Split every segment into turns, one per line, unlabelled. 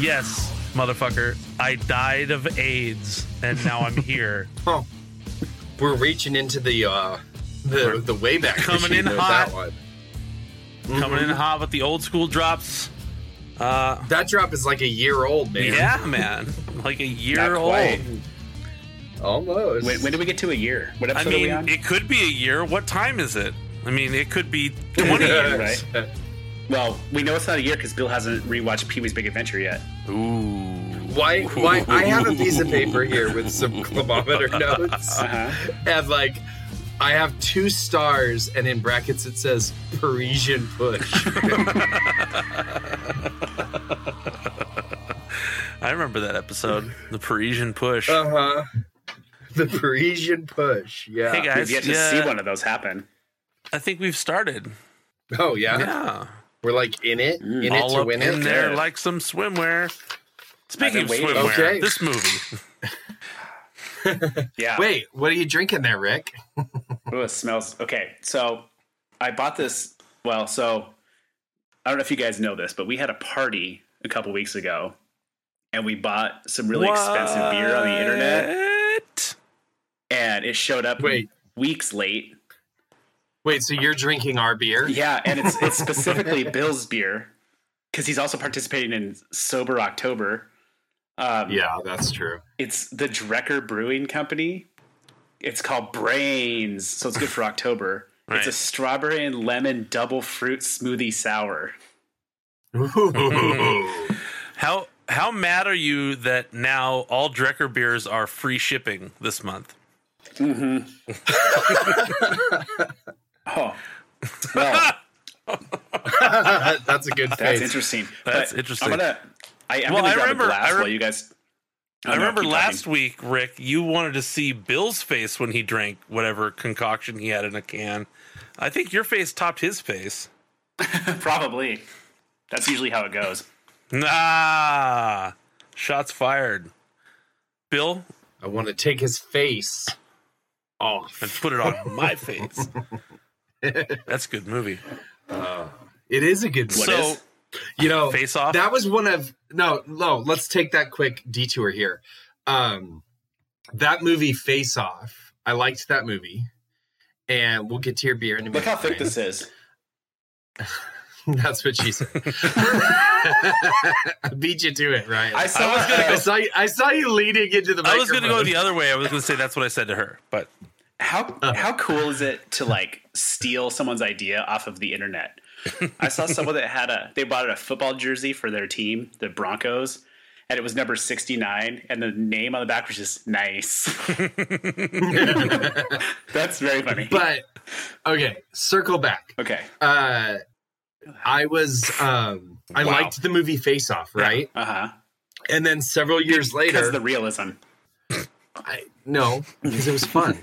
Yes, motherfucker. I died of AIDS and now I'm here.
Oh, we're reaching into the uh,
We're
the the way back
coming
machine
in
with
hot.
That, one.
Mm-hmm.
Coming in hot with the old school drops. Uh,
that drop is like a year old, man.
yeah, man. Like a year
Not
old.
quite.
almost.
When, when did we get to a year? What
I
episode are we
mean,
on?
it could be a year. What time is it? I mean, it could be 20 years.
right?
Right.
well, we know it's not a year because Bill hasn't rewatched Pee Wee's Big Adventure yet.
Ooh.
Why? Why? I have a piece of paper here with some climometer notes.
Uh
Uh-huh.
huh.
And like, I have two stars, and in brackets it says Parisian push.
I remember that episode, the Parisian push.
Oh,
Uh huh. The Parisian push. Yeah.
Hey, guys.
We've yet to
Yeah.
see one of those happen.
I think we've started.
Oh yeah.
Yeah,
We're like in it,
Mm.
in it
all
to
up
win
in
it.
there
Yeah.
like some swimwear. Speaking
been
of
waiting.
swimwear,
Okay.
this movie.
Yeah.
Wait, what are you drinking there, Rick?
Ooh, it smells. Okay, so I bought this. Well, so I don't know if you guys know this, but we had a party a couple weeks ago, and we bought some really expensive beer on the internet,
What?
and it showed up
Wait.
weeks late.
Wait, so you're drinking our beer?
Yeah, and it's it's specifically Bill's beer because he's also participating in Sober October. Um,
Yeah, that's true.
it's the Drecker Brewing Company. It's called Brains, so it's good for October. It's a
Right.
strawberry and lemon double fruit smoothie sour.
How how mad are you that now all Drecker beers are free shipping this month?
Oh, well,
that's a good
that's
face.
interesting.
That's
But
interesting.
I'm gonna. I, I'm
Well,
gonna
I
grab
remember-
a glass
I rem-
while you guys.
I remember last week, Rick, you wanted to see Bill's face when he drank whatever concoction he had in a can. I think your face topped his face.
week. Probably. That's usually how it goes.
Ah, shots fired. Bill,
I want to take his face off.
and put it on my face. That's a good movie.
It is a good
What
one.
so,
is?
you know,
Face Off?
Oh, That was one of no, no. Let's take that quick detour here. Um, that movie, Face Off. I liked that movie, and we'll get to your beer in a minute.
Look how thick
Ryan.
this is.
That's what she said. I beat you to it, right?
I saw.
was gonna
uh,
I saw you, I saw you leading into the
I was going to go
microphone.
the other way. I was going to say that's what I said to her, but
how
Uh.
how cool is it to like steal someone's idea off of the internet? I saw someone that had a they bought a football jersey for their team, the Broncos, and it was number sixty nine, and the name on the back was just nice. That's very funny.
But okay, circle back.
okay,
Uh, I was um, I
Wow.
liked the movie Face Off, right?
uh huh.
And then several years
Because
later,
the realism,
I, no, because it was fun.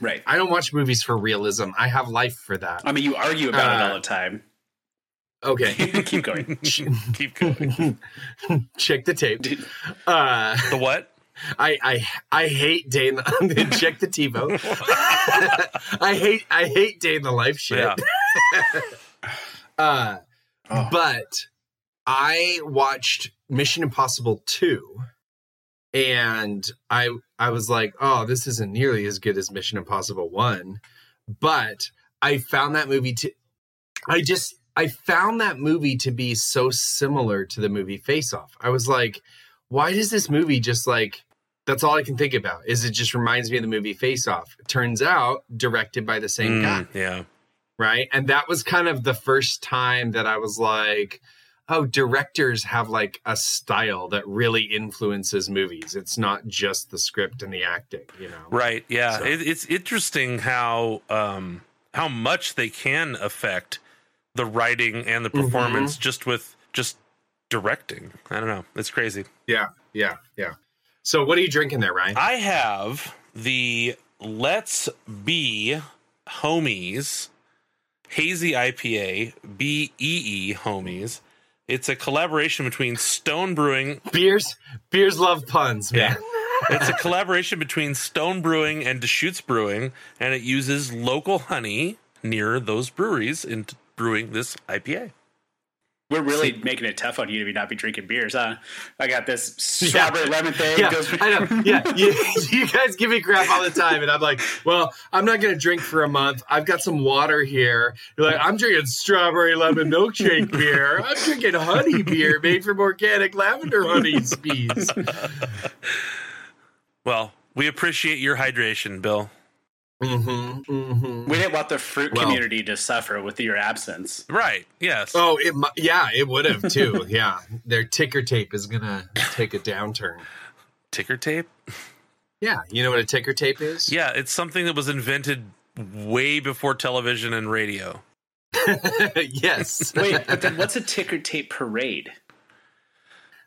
right?
I don't watch movies for realism. I have life for that.
I mean, you argue about it
Uh,
all the time.
Okay,
Keep going.
keep going.
check the tape.
Dude,
Uh,
The what?
I I I hate day in the check the TiVo. I hate I hate day in the life shit.
Yeah.
Uh,
Oh.
But I watched Mission Impossible 2 and I I was like, "Oh, this isn't nearly as good as Mission Impossible 1." But I found that movie to I just I found that movie to be so similar to the movie Face Off. I was like, "Why does this movie just like that's all I can think about is it just reminds me of the movie Face Off. Turns out directed by the same
Mm,
guy
yeah.
right? And that was kind of the first time that I was like, oh, directors have like a style that really influences movies. It's not just the script and the acting, you know.
Right. Yeah.
So-
It, it's interesting how um, how much they can affect the writing and the performance just with just directing. I don't know. It's crazy.
Yeah, yeah, yeah. So what are you drinking there, Ryan?
I have the Let's Be Homies Hazy IPA BEE E Homies. It's a collaboration between Stone Brewing.
beers, beers love puns, man.
It's a collaboration between Stone Brewing and Deschutes Brewing, and it uses local honey near those breweries in t- brewing this IPA.
We're really making it tough on you to not be drinking beers, huh? I got this strawberry lemon thing.
Yeah,
goes-
I know. Yeah, you, you guys give me crap all the time, and I'm like, well, I'm not gonna drink for a month. I've got some water here. You're like, I'm drinking strawberry lemon milkshake beer. I'm drinking honey beer made from organic lavender honey bees.
Well, we appreciate your hydration, Bill.
hmm hmm
We didn't want the fruit
Well.
community to suffer with your absence.
Right? Yes.
Oh, it mu- yeah, it would have too. Yeah, their ticker tape is gonna take a downturn.
Ticker tape.
Yeah, you know what a ticker tape is?
Yeah, it's something that was invented way before television and radio.
yes,
Wait, but then what's a ticker tape parade?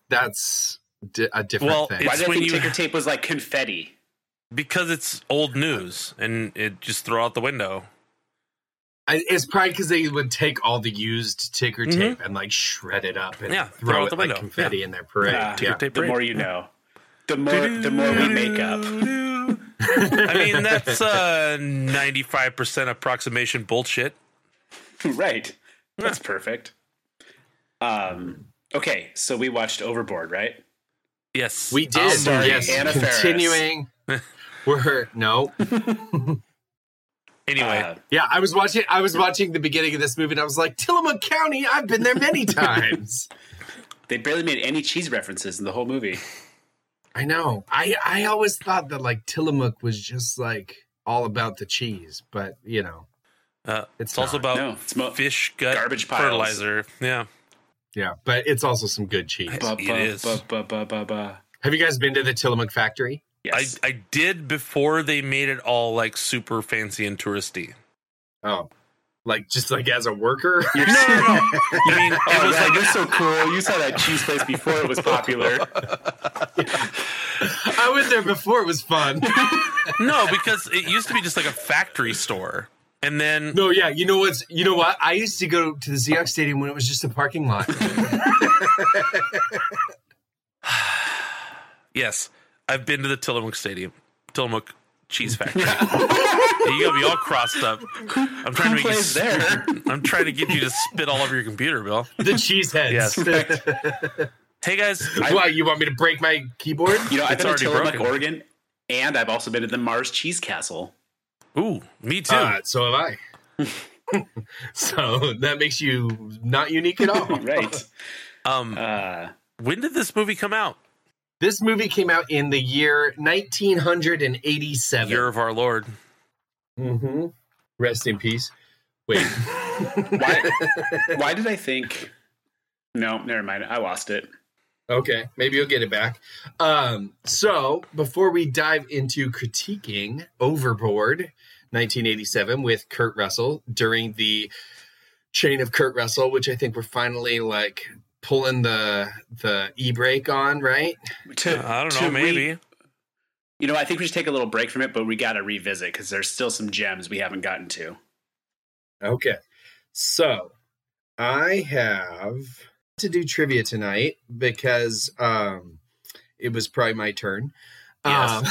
that's di- a different
Well,
thing.
It's
Why did I
when
think
you-
ticker tape was like confetti?
Because it's old news and it just throw out the window.
I, it's probably because they would take all the used ticker
Mhm.
tape and like shred it up and
Yeah,
throw, it
out the
like
window.
confetti in their parade.
Ah,
Ticker
yeah.
tape
The
parade.
more you know, the more the more we make up.
I mean, that's uh, 95% approximation bullshit.
right. That's perfect. Um. Okay, so we watched Overboard, right?
Yes.
We did.
Um,
Sorry,
yes,
Anna Faris.
continuing. We're no.
anyway,
Uh,
Yeah, I was watching. I was watching the beginning of this movie, and I was like, Tillamook County. I've been there many times.
they barely made any cheese references in the whole movie.
I know. I I always thought that like Tillamook was just like all about the cheese, but you know,
uh,
it's
it's, also about
No, it's mo-
fish gut
Garbage piles.
fertilizer. Yeah.
yeah. But it's also some good cheese.
Ba,
It
ba,
is.
ba, ba, ba, ba, ba.
Have you guys been to the Tillamook factory?
Yes.
I, I did before they made it all like super fancy and touristy.
Oh, like just like as a worker.
No, no, no. You mean it
oh,
was
man,
like
you're so cool. You saw that cheese place before it was popular.
I went there before. It was fun.
no because it used to be just like a factory store, and then
No, yeah, you know what's you know what? I used to go to the Seahawks Stadium when it was just a parking lot.
yes, I've been to the Tillamook Stadium, Tillamook Cheese Factory. you gotta be all crossed up. I'm trying to make you.
plays
s-
there?
I'm trying to get you to spit all over your computer, Bill.
the cheeseheads.
Yes. Hey guys,
Why you want me to break my keyboard?
You know, I've
It's
been to
already
Tillamook,
broken.
Oregon, and I've also been to the Mars Cheese Castle.
ooh, me too.
Uh, so have I. so that makes you not unique at all.
Right.
um,
Uh,
when did this movie come out?
This movie came out in the year 1987.
Year of our Lord.
hmm Rest in peace. Wait.
why, why did I think? No, never mind. I lost it.
Okay, maybe you'll get it back. Um, so before we dive into critiquing Overboard 1987 with Kurt Russell during the chain of Kurt Russell, which I think we're finally like pulling the the e brake on, right?
To-
I don't
to
know,
re-
maybe.
you know, I think we should take a little break from it, but we got to revisit because there's still some gems we haven't gotten to.
Okay. So I have to do trivia tonight because um it was probably my turn. Um,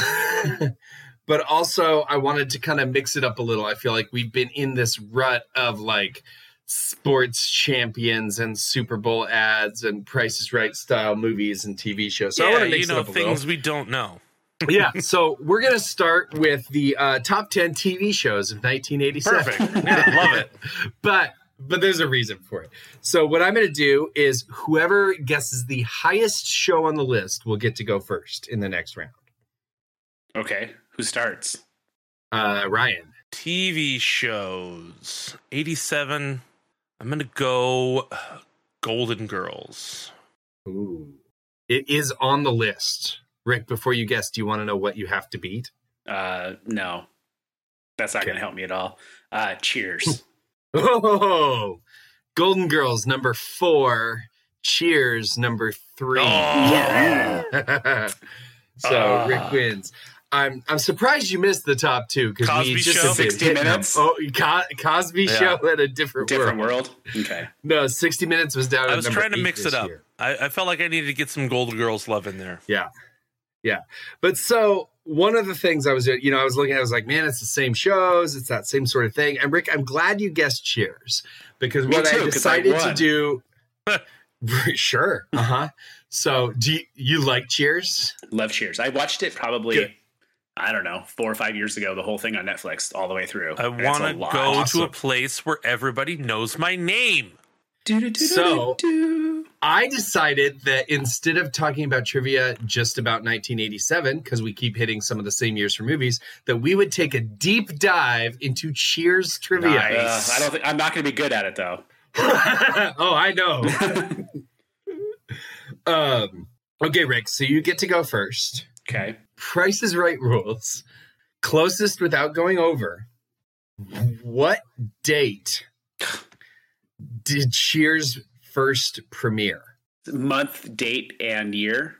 but also I wanted to kind of mix it up a little. I feel like we've been in this rut of like sports champions and Super Bowl ads and Price is Right style movies and TV shows. So I want
yeah,
to mix
you know
it up a little
things we don't know.
yeah. So we're gonna start with the uh, top ten TV shows of 1987.
Perfect. Yeah, love it.
But but there's a reason for it. So what I'm gonna do is whoever guesses the highest show on the list will get to go first in the next round.
Okay, who starts?
Uh, Ryan.
TV shows. 87. I'm going to go uh, Golden Girls.
Ooh. It is on the list. Rick, before you guess, do you want to know what you have to beat?
Uh, no, that's not going
Okay.
to help me at all. Uh, cheers.
Oh, Golden Girls number four. Cheers number three.
Yeah.
so
Ah.
Rick wins. I'm I'm surprised you missed the top two because
Cosby
we just
Show?
have been
60
hitting them.
Minutes?
Oh, Co- Cosby
Yeah.
Show at a different,
Different
world.
world. Okay.
No, 60 Minutes was down.
I
at
was
number
trying to
eight
mix
this
it up.
year.
I, I felt like I needed to get some Golden Girls love in there.
But so one of the things I was, you know, I was looking at, I was like, man, it's the same shows, it's that same sort of thing. And Rick, I'm glad you guessed Cheers because
Me
what
too,
I
'cause I
decided to
won. Uh-huh.
do, sure. Uh huh. So, do you, you like Cheers?
Love Cheers. I watched it probably, I don't know, four or five years ago, the whole thing on Netflix all the way through.
I
And it's
want to
a lot.
go
Awesome.
to a place where everybody knows my name.
So- I decided that instead of talking about trivia just about 1987, because we keep hitting some of the same years for movies, that we would take a deep dive into Cheers trivia.
Uh, I don't think I'm not going to be good at it though.
oh, I know. um, okay, Rick, so you get to go first.
Okay.
Price is Right rules. Closest without going over. What date did Cheers first premiere?
Month, date, and year.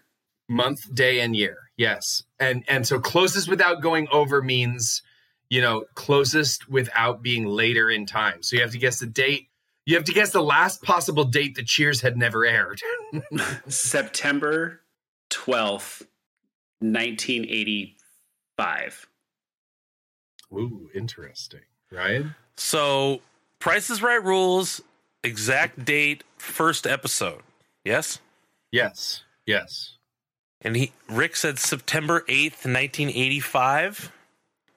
Month, day, and year. Yes. And and so closest without going over means, you know, closest without being later in time. So you have to guess the date. You have to guess the last possible date that Cheers had never aired.
September 12th, 1985.
Ooh, interesting. Ryan?
So, Price is Right rules, exact date, first episode. Yes?
Yes. Yes.
And he Rick said September 8th, 1985.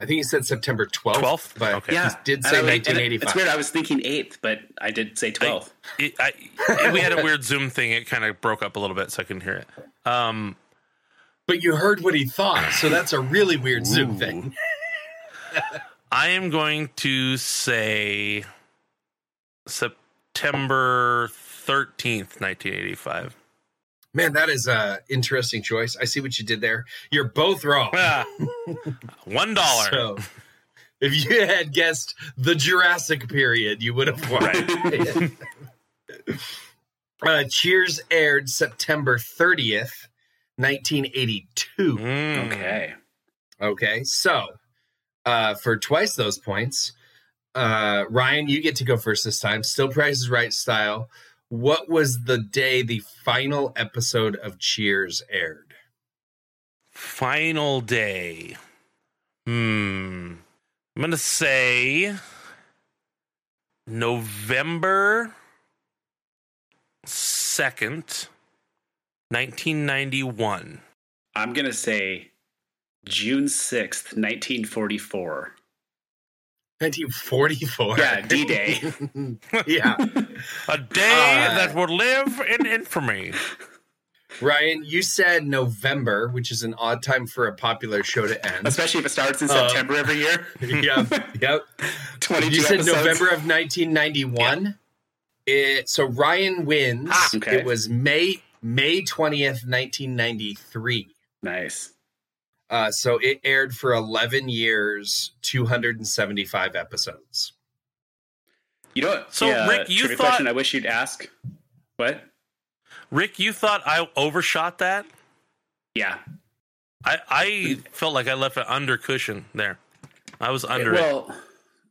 I think he said September 12th.
12th?
But
Okay.
he did say
And I was- and it-
1985.
It's weird. I was thinking 8th, but I did say 12th.
It, I, it- we had a weird Zoom thing. It kind of broke up a little bit, so I couldn't hear it. Um,
But you heard what he thought, so that's a really weird Zoom thing.
I am going to say September 13th, 1985.
Man, that is a interesting choice. I see what you did there. You're both wrong.
Ah, One dollar.
So, if you had guessed the Jurassic period, you would have won. uh, Cheers aired September 30th, 1982.
Mm.
Okay.
Okay, so uh, for twice those points, uh, Ryan, you get to go first this time. Still Price is Right style. What was the day the final episode of Cheers aired?
Final day. Hmm. I'm going to say November 2nd, 1991.
I'm going to say June 6th, 1944.
1944.
Yeah, D Day.
yeah.
A day
Uh.
that will live in infamy.
Ryan, you said November, which is an odd time for a popular show to end.
Especially if it starts in
Uh,
September every year.
yep. Yep.
22
You said
episodes.
November of 1991. It, so Ryan wins.
Ah, okay.
It was May May 20th, 1993.
Nice.
Uh, so it aired for 11 years, 275 episodes.
You know what?
So, Rick, you
trivia
thought-
question I wish you'd ask. What?
Rick, you thought I overshot that?
Yeah.
I, I felt like I left it under cushion there. I was under it.
Well,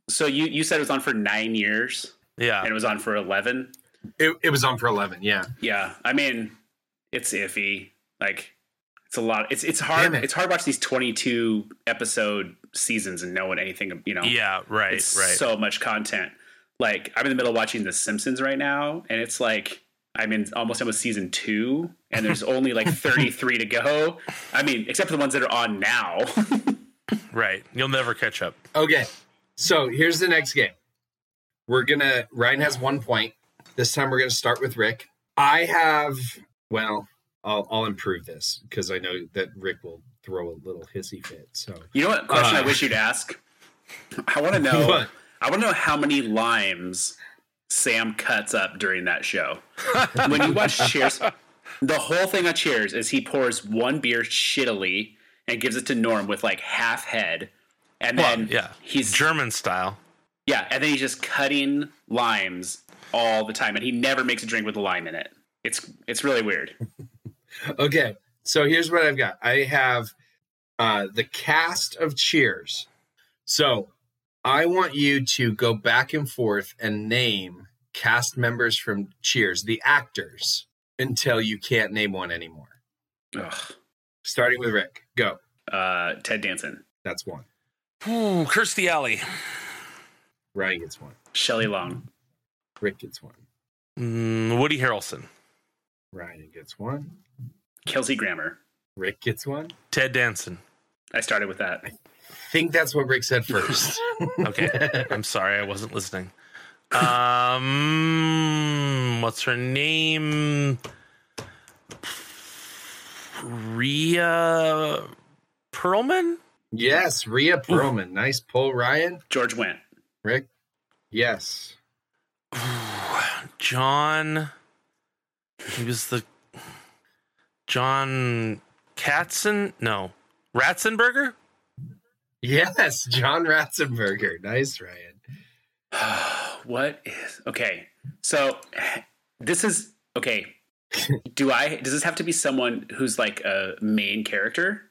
so you, you said it was on for nine years
Yeah.
and it was on for 11.
It, it was on for 11, yeah.
Yeah, I mean, it's iffy. Like, it's a lot. It's it's hard.
Damn it.
It's hard to watch these twenty two episode seasons and knowing anything. You know,
Yeah, right,
it's
right.
so much content. Like, I'm in the middle of watching The Simpsons right now, and it's like I'm in almost almost season two, and there's only like thirty three to go. I mean, except for the ones that are on now.
right. You'll never catch up.
Okay. So here's the next game. We're going to, Ryan has one point. This time we're going to start with Rick. I have, well, I'll, I'll improve this because I know that Rick will throw a little hissy fit. So,
you know what question I
Uh.
wish you'd ask? I want to know.
What?
I want to know how many limes Sam cuts up during that show. when you watch Cheers, the whole thing on Cheers is he pours one beer shittily and gives it to Norm with like half head, and then
Well, yeah.
he's
German style.
yeah, and then he's just cutting limes all the time, and he never makes a drink with a lime in it. It's it's really weird.
okay. So here's what I've got I have uh, the cast of Cheers. So I want you to go back and forth and name cast members from Cheers, the actors, until you can't name one anymore.
Ugh.
Starting with Rick. Go.
Uh, Ted Danson,
That's one.
Ooh, Kirstie Alley.
Ryan gets one.
Shelley Long,
Rick gets one.
Mm, Woody Harrelson,
Ryan gets one.
Kelsey Grammer.
Rick gets one.
Ted Danson.
I started with that.
Think that's what Rick said first.
Okay, I'm sorry, I wasn't listening. Um, what's her name? Rhea Perlman.
yes, Rhea Perlman. Nice pull, Ryan.
George Wendt.
Rick. Yes.
John. He was the John Katzen. No, Ratzenberger.
Yes, John Ratzenberger. Nice, Ryan.
what is okay? So this is okay. Do I does this have to be someone who's like a main character?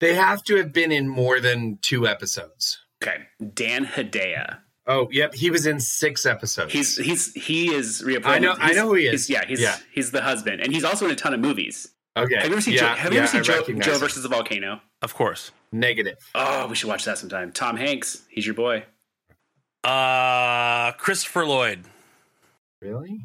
They have to have been in more than two episodes.
Okay. Dan Hedaya.
Oh, yep. He was in six episodes.
He's he's he is reappointed.
I know- I
He's-
know who he
he's-
is.
yeah, he's
Yeah.
he's the husband, and he's also in a ton of movies.
okay.
Have you ever seen
yeah,
Joe, have you
yeah,
ever seen
I
Joe,
recognize
Joe
him.
versus the volcano?
Of course.
Negative.
Oh, we should watch that sometime. Tom Hanks, he's your boy.
Uh, Christopher Lloyd.
Really?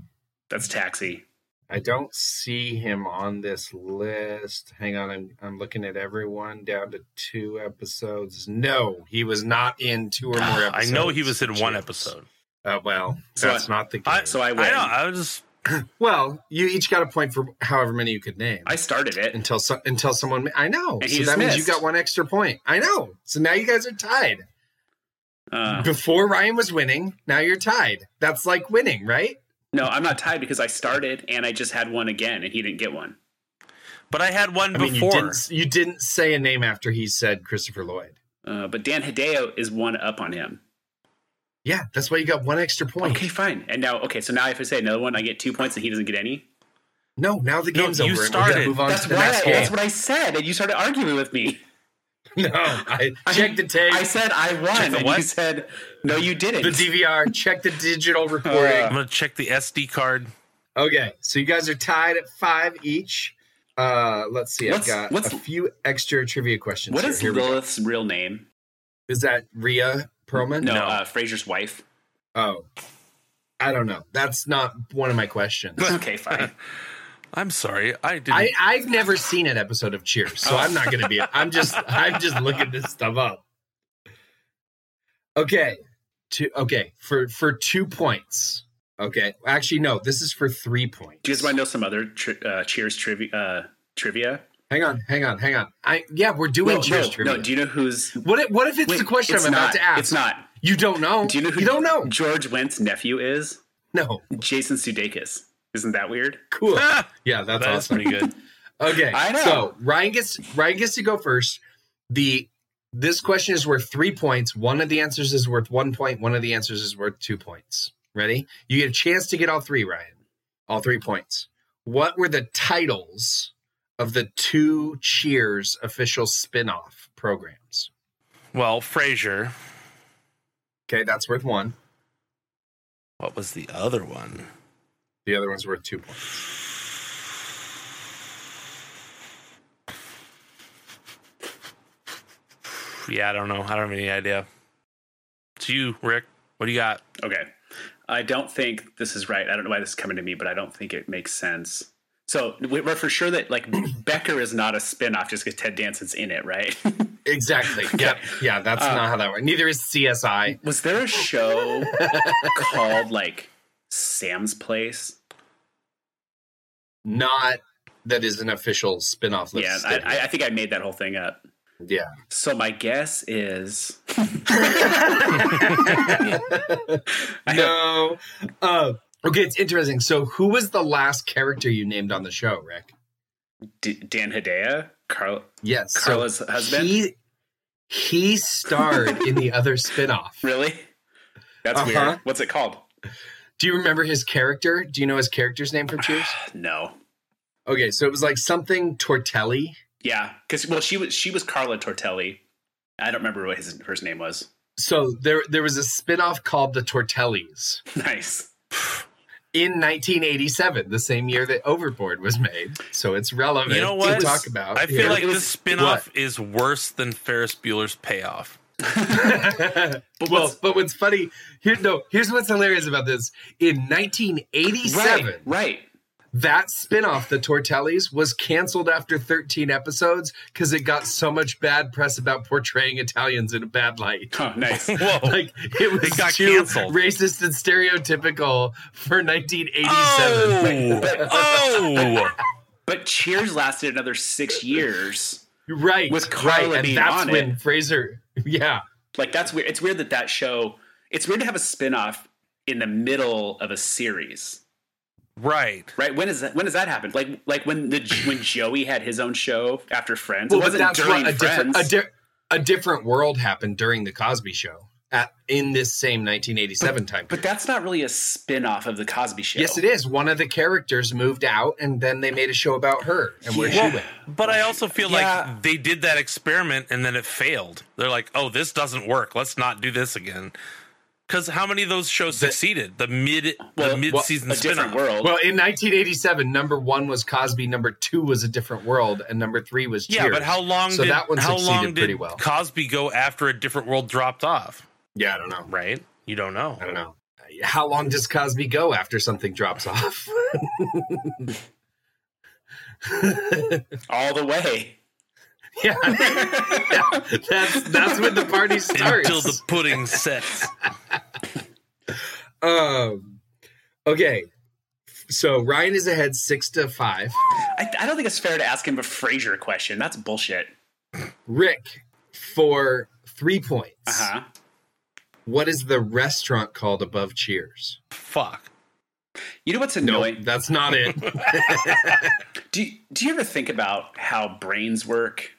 That's Taxi.
I don't see him on this list. Hang on, I'm I'm looking at everyone down to two episodes. No, he was not in two or more
Ah,
I
episodes.
know he was in one
Jeez.
episode.
Uh, well,
So
that's
I-
not the
I-
case.
So I
I
win.
know.
I,
I was just
well, you each got a point for however many you could name
started it.
until so, until someone. I know.
And he
so
just
that means you
missed.
got one extra point. I know. So now you guys are tied.
Uh,
Before Ryan was winning, now you're tied. That's like winning, right?
no, I'm not tied because I started and I just had one again, and he didn't get one.
But I had one
I mean, you
before.
didn't you didn't say a name after he said Christopher Lloyd.
Uh, but Dan Hideo is one up on him.
Yeah, that's why you got one extra point.
Okay, fine. And now, okay, so now if I say another one, I get two points, and he doesn't get any.
No, now the
No,
game's
you
over. and we gotta
started.
Move on
That's
to the
why.
next
I-
game.
that's what I said, and you started arguing with me.
no, I checked the tape,
I said I won,
the
and
what?
you said no, you didn't.
the DVR, check the digital recording.
I'm gonna check the SD card.
okay, so you guys are tied at five each. Uh, let's see.
What's-
I've got
what's-
a few extra trivia questions.
what
here.
is
Here we go.
Lilith's real name?
Is that Rhea Perlman?
No,
No.
Uh, Fraser's wife.
Oh, I don't know. That's not one of my questions.
okay, fine.
I'm sorry. I didn't.
I, I've never seen an episode of Cheers, so I'm not gonna be. I'm just I'm just looking this stuff up. Okay, two. Okay, for for two points. Okay, actually, no. This is for three points.
Do you guys want to know some other tri- uh, Cheers trivia? Uh, trivia?
hang on, hang on, hang on. I yeah, we're doing
Well,
Cheers
no,
trivia.
no. Do you know who's?
what if, what if it's
Wait,
the question
it's
I'm
not.
about to ask?
It's not.
You don't know.
Do you know who?
You don't know.
George Wentz's nephew is
No.
Jason Sudeikis. Isn't that weird?
Cool.
Ah,
yeah, that's
that is
awesome.
pretty good.
Okay.
I know.
So Ryan gets Ryan gets to go first. The this question is worth three points. One of the answers is worth one point. One of the answers is worth two points. Ready? You get a chance to get all three, Ryan. All three points. What were the titles of the two Cheers official spin-off programs?
Well, Frasier.
Okay, that's worth one.
What was the other one?
The other one's worth two points.
Yeah, I don't know. I don't have any idea. It's you, Rick. What do you got?
Okay. I don't think this is right. I don't know why this is coming to me, but I don't think it makes sense. So we- we're for sure that like Becker is not a spinoff just because Ted Danson's in it, right?
Exactly. Yep. Yeah, that's
Uh,
not how that works. Neither is CSI.
Was there a show called like Sam's Place?
Not that is an official spin-off list.
yeah, I, I- I think I made that whole thing up.
yeah.
So my guess is
no. Uh, okay, it's interesting. So, who was the last character you named on the show, Rick?
D- Dan Hedaya, Carl.
Yes,
Carla's husband?
He he starred in the other spinoff.
Really? That's
Uh-huh.
weird. What's it called?
Do you remember his character? Do you know his character's name from Cheers?
No.
Okay, so it was like something Tortelli.
Yeah, because well, she was she was Carla Tortelli. I don't remember what his her name was.
So there there was a spinoff called the Tortellis
Nice.
in 1987, the same year that Overboard was made. So it's relevant
You know
to
what?
talk about.
I feel
here.
like
It was-
this spinoff is worse than Ferris Bueller's payoff.
but well, but what's funny here? No, here's what's hilarious about this. In 1987,
Right, right.
that spinoff, The Tortellis, was canceled after 13 episodes because it got so much bad press about portraying Italians in a bad light.
Huh, nice.
Whoa.
Like it was
It got
too
canceled.
racist and stereotypical for 1987.
oh, oh,
But Cheers lasted another six years.
Right,
With Carla
right, and
being
that's
on it.
when Fraser. Yeah,
Like that's weird. It's weird that that show. It's weird to have a spinoff in the middle of a series,
right.
right? When is that? When does that happen? Like like when the when Joey had his own show after Friends. it
but
wasn't during
a different
Friends.
a, di- a different world happened during the Cosby Show at in this same 1987 time.
but that's not really a spin-off of the Cosby Show.
yes, it is. One of the characters moved out, and then they made a show about her and where
Yeah.
she went.
But I also feel
Yeah.
like they did that experiment and then it failed. They're like, oh, this doesn't work. Let's not do this again. Because how many of those shows succeeded? The mid the
Well,
mid season
a different
spinoff.
world.
Well, in 1987, number one was Cosby, number two was A Different World, and number three was Cheers.
Yeah, but how long
So
did
that one
how
succeeded
long
pretty
did
well.
Cosby go after a different world dropped off?
yeah, I don't know.
Right? You don't know.
I don't know. How long does Cosby go after something drops off?
all the way.
yeah. that's that's when the party starts.
Until the pudding sets.
Um. Okay. So Ryan is ahead six to five.
I, I don't think it's fair to ask him a Frasier question. That's bullshit.
Rick for three points.
Uh
Uh-huh.
huh.
What is the restaurant called above Cheers?
Fuck.
You know what's
No,
annoying?
that's not it.
Do you, do you ever think about how brains work?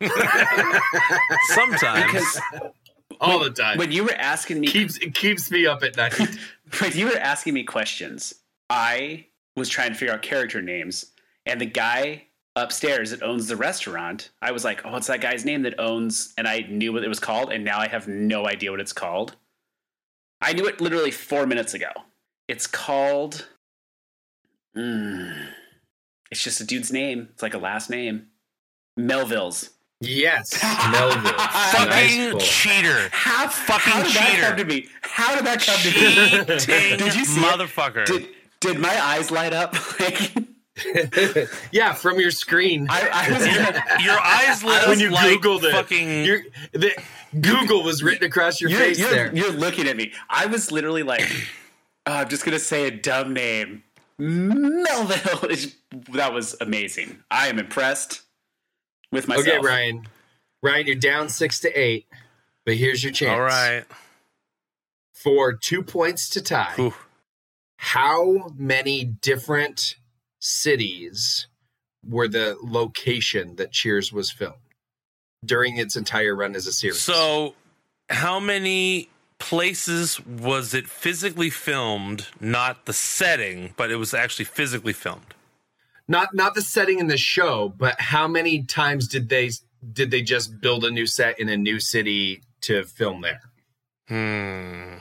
Sometimes
Because
All the time.
when you were asking me
keeps it keeps me up at night.
when you were asking me questions, I was trying to figure out character names, and the guy upstairs that owns the restaurant, I was like, "Oh, what's that guy's name that owns?" And I knew what it was called, and now I have no idea what it's called. I knew it literally four minutes ago. It's called. Mm, it's just a dude's name. It's like a last name. Melville's.
yes, Melville.
fucking
Nice pull.
cheater.
How
Fucking
how did
cheater.
That come to me? How did that come to me?
Cheating
Did you see it?
motherfucker.
Did did my eyes light up? Like
yeah, from your screen.
I, I was gonna,
Your eyes lit
when
up
you
like
Googled it,
fucking
your, the, Google was written across your
you're,
face
you're,
there.
you're looking at me. I was literally like, oh, I'm just gonna say a dumb name. Melville. is- That was amazing. I am impressed with myself.
okay, Ryan. Ryan, you're down six to eight, but here's your chance.
All right.
for two points to tie.
Ooh.
How many different cities were the location that Cheers was filmed during its entire run as a series?
So, how many places was it physically filmed? Not the setting, but it was actually physically filmed.
not not the setting in the show, but how many times did they did they just build a new set in a new city to film there
Hmm.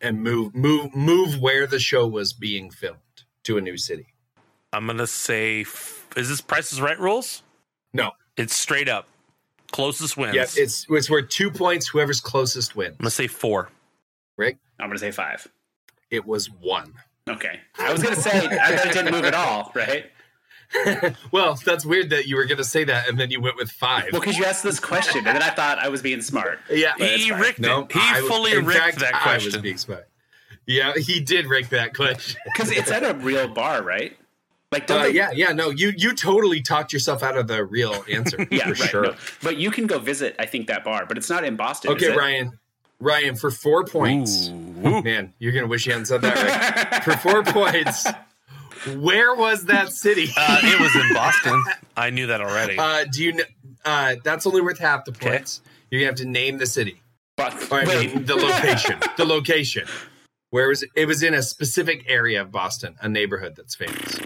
and move move move where the show was being filmed to a new city?
I'm gonna say, f- is this Price is Right rules?
No.
It's straight up closest wins.
Yes,
I'm
it's it's worth two points. Whoever's closest wins.
gonna say four.
Rick,
I'm gonna say five.
it was one.
Okay. I was gonna say I bet it didn't move at all, right?
Well, that's weird that you were going to say that and then you went with five.
Well, because you asked this question, and then I thought I was being smart.
yeah.
But it's
He
fine.
ricked
No,
it. He
I-
fully
in
ricked
fact,
that
I was
question.
being smart. Yeah, he did rick that question.
Because it's at a real bar, right? Like, don't
Uh,
they-
yeah, yeah, no, you you totally talked yourself out of the real answer
Yeah,
for
right.
sure.
no. But you can go visit, I think, that bar, but it's not in Boston. is
Okay,
it?
Ryan, Ryan, for four points,
Ooh.
man, you're gonna wish you hadn't said that. Rick. for four points, where was that city?
Uh, it was in Boston. I knew that already.
Uh, do you? kn- Uh, that's only worth half the points. You're gonna have to name the city.
But,
Or, I
wait,
mean, the location. the location. Where was it? It was in a specific area of Boston, a neighborhood that's famous.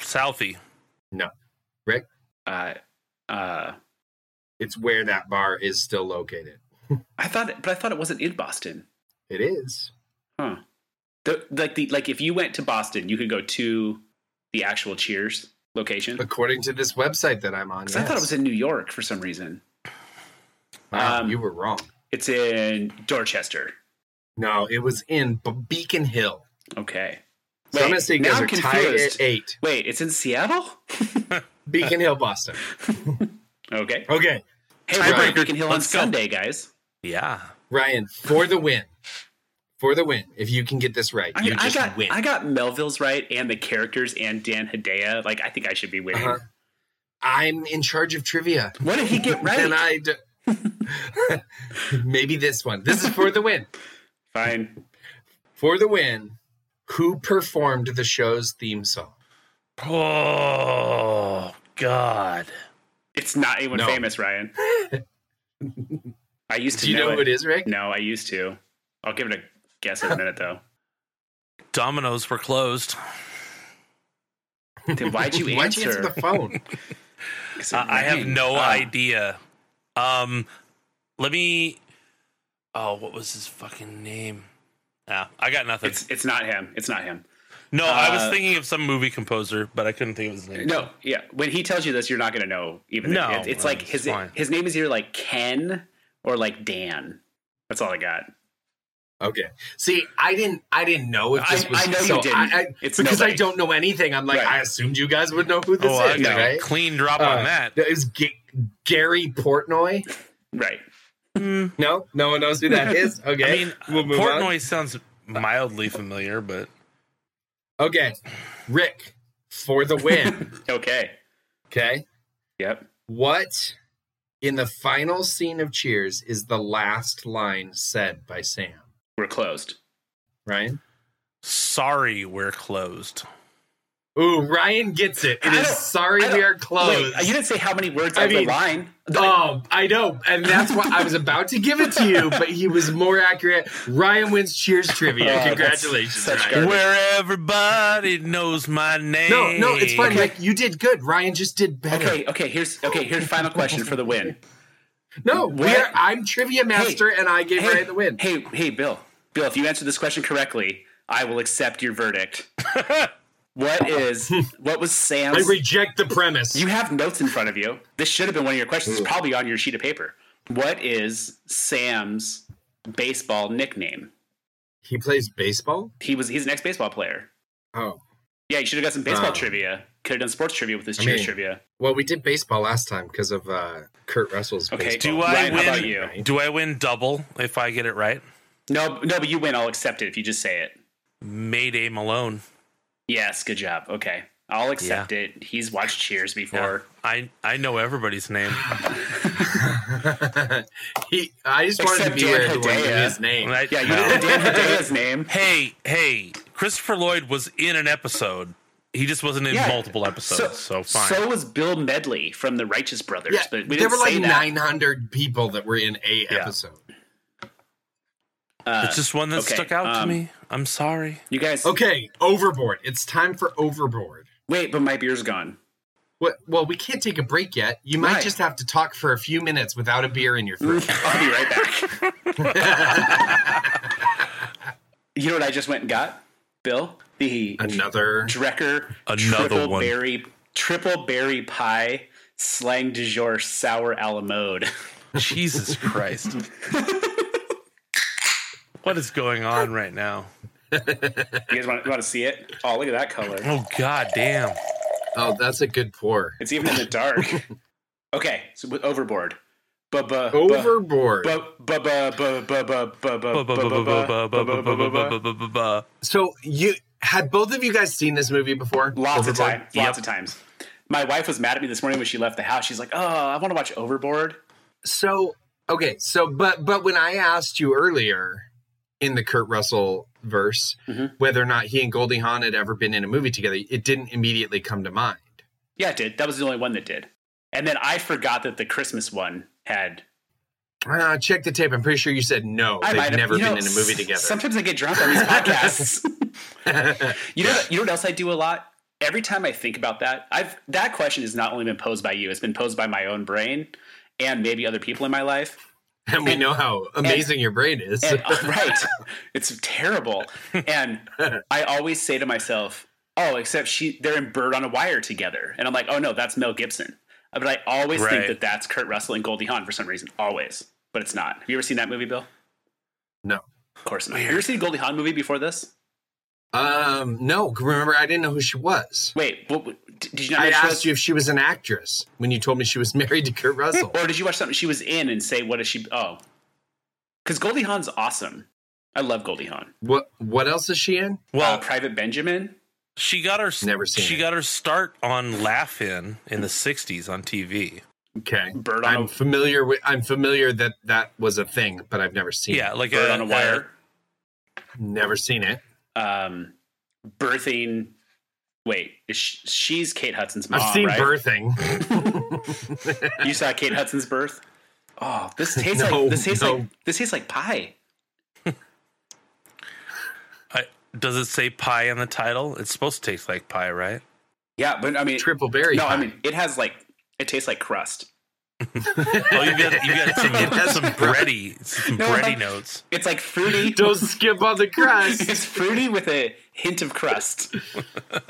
Southie.
No,
uh, uh,
it's where that bar is still located.
I thought, but I thought it wasn't in Boston.
It is.
Huh? The, like the like, if you went to Boston, you could go to the actual Cheers location.
According to this website that I'm on.
'Cause I thought it was in New York for some reason.
Wow,
Um,
you were wrong.
It's in Dorchester.
No, it was in B- Beacon Hill.
Okay.
So I'm gonna say you
now
guys
I'm
are tied
confused.
at eight.
Wait, it's in Seattle?
Beacon Hill, Boston.
Okay.
Okay,
Hey, we're
Tiebreaker.
on Beacon Hill on
Let's go.
Sunday, guys.
Yeah.
Ryan, for the win. For the win. If you can get this right,
I,
you
mean, I
just
got
win.
I got Melville's right and the characters and Dan Hedaya. Like I think I should be winning.
Uh-huh. I'm in charge of trivia.
What did he get right?
And I d- maybe this one. This is for the win.
Fine.
For the win. Who performed the show's theme song?
Oh God.
It's not anyone
No.
famous, Ryan. I used to
Do you know, who
it.
it is, Rick?
No, I used to. I'll give it a guess in a minute though.
Dominoes were closed.
Then why'd you
Why'd you
answer?
answer the phone?
It's
I I have
Ryan.
no
Oh.
idea. Um, let me. Oh, what was his fucking name? Ah, I got nothing.
It's it's not him. It's not him.
no, I
uh,
was thinking of some movie composer, but I couldn't think of his name.
No, yeah. When he tells you this, you're not gonna know. Even
No,
it's, it's
uh,
like
it's
his
fine.
his name is either like Ken or like Dan. That's all I got.
Okay. See, I didn't. I didn't know if
I-
this was.
I know you
so
didn't.
I, I,
It's
because
nobody.
I don't know anything. I'm like,
Right.
I assumed you guys would know who this
oh, I
is,
got a
right?
clean drop
Uh,
on that.
It was G- Gary Portnoy.
Right.
No, no one knows who that is.
I
Okay.
mean, Portnoy sounds mildly familiar, but
On. Okay, Rick for the win.
Okay.
okay,
Yep.
what in the final scene of Cheers is the last line said by Sam?
We're closed.
Ryan.
sorry, we're closed.
Ooh, Ryan gets it. It
I
is
don't-
sorry
I don't-
we are closed.
Wait, you didn't say how many words
I
on the
mean-
line.
Oh, I know. And that's why I was about to give it to you, but he was more accurate. Ryan wins Cheers trivia.
Oh,
Congratulations.
that's such
Ryan.
Garbage.
Where everybody knows my name.
No, no, it's fine.
funny.
Rick. you did good. Ryan just did better.
Okay. Okay. Here's okay. Here's final question for the win.
No, we
What?
are, I'm trivia master, and I gave Ryan the win.
Hey, hey, Bill. Bill, if you answer this question correctly, I will accept your verdict. what is what was
I
Sam's?
reject the premise.
you have notes in front of you. This should have been one of your questions. It's probably on your sheet of paper. What is Sam's baseball nickname?
he plays baseball.
He was he's an ex baseball player.
Oh,
Yeah, you should have got some baseball
Oh.
trivia. Could have done sports trivia with this
I
cheers
mean,
trivia.
well, we did baseball last time because of uh, Kurt Russell's.
Okay,
baseball.
Do I
Ryan,
win?
How about you?
Do I win double if I get it right?
No, no, but you win. I'll accept it if you just say it.
Mayday Malone.
Yes, good job. Okay, I'll accept it. He's watched Cheers before.
I I know everybody's name.
he, I just wanted to
Except
be where
Dan
everyone knew
Hedaya.
his name.
Right?
Yeah, you
No.
didn't Dan Hedaya's name.
Hey, hey, Christopher Lloyd was in an episode. He just wasn't in
Yeah.
multiple episodes, so, fine.
So was Bill Medley from the Righteous Brothers,
Yeah,
but we
there
didn't
were like
say that.
900 people that were in a episode.
Uh,
it's just one that
okay,
stuck out
um,
to me. I'm sorry.
you guys.
Okay, overboard. It's time for overboard.
Wait, but my beer's gone.
What, well, we can't take a break yet. You might
Right.
just have to talk for a few minutes without a beer in your throat.
I'll be right back. you know what I just went and got, Bill? The
Another.
Drecker
Another
triple
one.
berry triple berry pie slang du jour sour a la mode.
Jesus Christ. what is going on right now?
You guys want, want to see it? Oh, look at that color.
Oh god damn.
Oh, that's a good pour.
It's even in the dark. Okay, so with overboard. Ba ba ba-
Overboard.
ba ba ba ba ba ba ba ba ba ba ba ba ba ba ba.
So you had both of you guys seen this movie before?
Lots of
Overboard?
time. Lots of times. My wife was mad at me this morning when she left the house. She's like, "Oh, I want to watch Overboard."
So okay, so but but when I asked you earlier in the Kurt Russell verse
Mhm.
whether or not he and Goldie Hawn had ever been in a movie together, it didn't immediately come to mind.
Yeah, it did. That was the only one that did. And then I forgot that the Christmas one had.
Uh, check the tape. I'm pretty sure you said no.
I might
They've
have
never
you
been
know,
in a movie
s-
together.
Sometimes I get drunk on these podcasts. you know, you know what else I do a lot. Every time I think about that, I've that question has not only been posed by you; it's been posed by my own brain and maybe other people in my life.
and we know how amazing your brain is.
And, right. It's terrible. And I always say to myself, oh, except she they're in Bird on a Wire together. And I'm like, oh no, that's Mel Gibson. But I always think
Right.
that that's Kurt Russell and Goldie Hawn for some reason. Always. but it's not. Have you ever seen that movie, Bill?
No.
Of course not. Have you ever seen a Goldie Hawn movie before this?
Um, no, remember I didn't know who she was.
Wait, what, did you not
I
know she
asked
was-
you if she was an actress when you told me she was married to Kurt Russell.
Or did you watch something she was in and say, what is she? Oh. Because Goldie Hawn's awesome. I love Goldie Hawn.
what what else is she in?
Well,
uh, Private Benjamin.
she got her
Never seen
she
it.
got her start on Laugh-In in the 60s on TV.
Okay.
Bird on
I'm
a-
familiar with I'm familiar that that was a thing, but I've never seen
Yeah, like
Bird
a,
on a Wire.
it. Never seen it.
Um, birthing. Wait, is she, she's Kate Hudson's mom.
I've seen
right?
birthing.
You saw Kate Hudson's birth. Oh, this tastes
No,
like this tastes
no.
like this tastes like pie.
I, does it say pie in the title? It's supposed to taste like pie, right?
Yeah, but I mean,
Triple berry.
no, I
pie.
mean it has like it tastes like crust.
Oh, you got you got some,
It has
some bready some
No,
bready
like-
notes.
It's like fruity.
don't skip on the crust.
it's fruity with a hint of crust.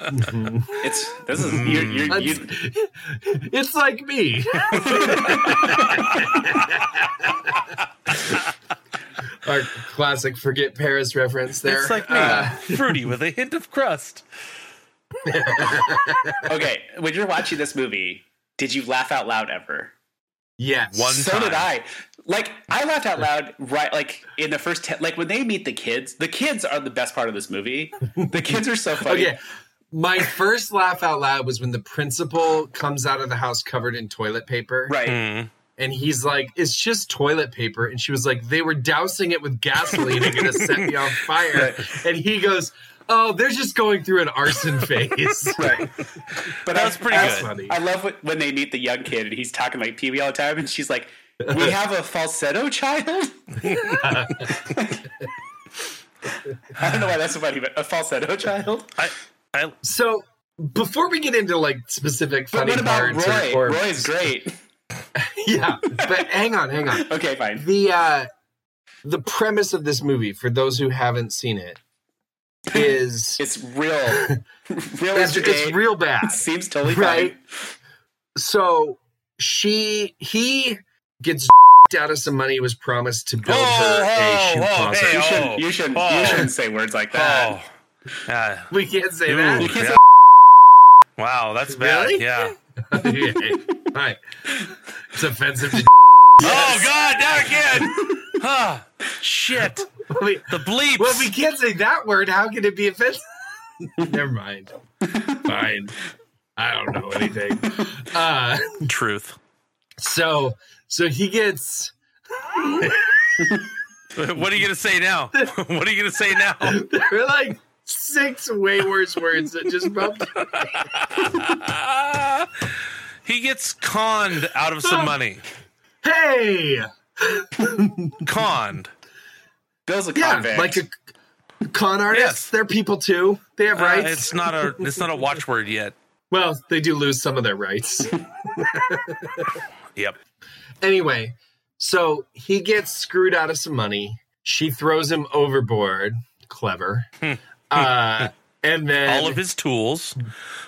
it's this is you're, you're,
That's-
you
it's like me. Our classic forget Paris reference there.
It's like me,
Uh,
fruity with a hint of crust.
okay. When you're watching this movie, did you laugh out loud ever?
yes.
One-
So
time.
did I. Like I laughed out loud right like in the first ten, like when they meet the kids. The kids are the best part of this movie. The kids are so funny.
Okay. My first laugh out loud was when the principal comes out of the house covered in toilet paper.
Right.
Mm.
And he's like, it's just toilet paper. And she was like, they were dousing it with gasoline and gonna set me on fire. And he goes, Oh, they're just going through an arson phase.
Right. But
That was pretty
I,
good.
funny.
I love what, when they meet the young kid and he's talking like Pee Wee all the time, and she's like, "We have a falsetto child." I don't know why that's so funny, but a falsetto child.
I I
So before we get into like specific
But
funny
what about
parts
Roy?
or, or-
Roy is great.
yeah, but hang on, hang on.
Okay, fine.
The uh the premise of this movie for those who haven't seen it is
It's real, real
it's,
as
it's
day.
real bad.
Seems totally
Right.
fine.
So she he gets out of some money he was promised to build her a
Oh,
shoe
oh, oh,
closet.
hey,
You
oh.
shouldn't. You shouldn't.
Oh.
You shouldn't say words like that.
oh uh,
We can't say
Ooh.
that.
You can't say
wow, that's bad.
Really?
Yeah.
Okay. All right. It's offensive to
Oh God, not again. huh. Shit. The bleeps.
Well, if we can't say that word, how can it be offensive? Never mind. Fine. I don't know anything. Uh,
Truth.
so, so he gets
What are you gonna say now? what are you gonna say now?
there are like six way worse words that just bumped.
He gets conned out of
Oh.
some money.
Hey,
Conned.
Bill's a
yeah,
convict.
like a con artist.
Yes.
They're people too. They have
Uh,
rights.
it's not a it's not a watchword yet.
Well, they do lose some of their rights.
Yep.
anyway, so he gets screwed out of some money. She throws him overboard. Clever. uh, and then
All of his tools,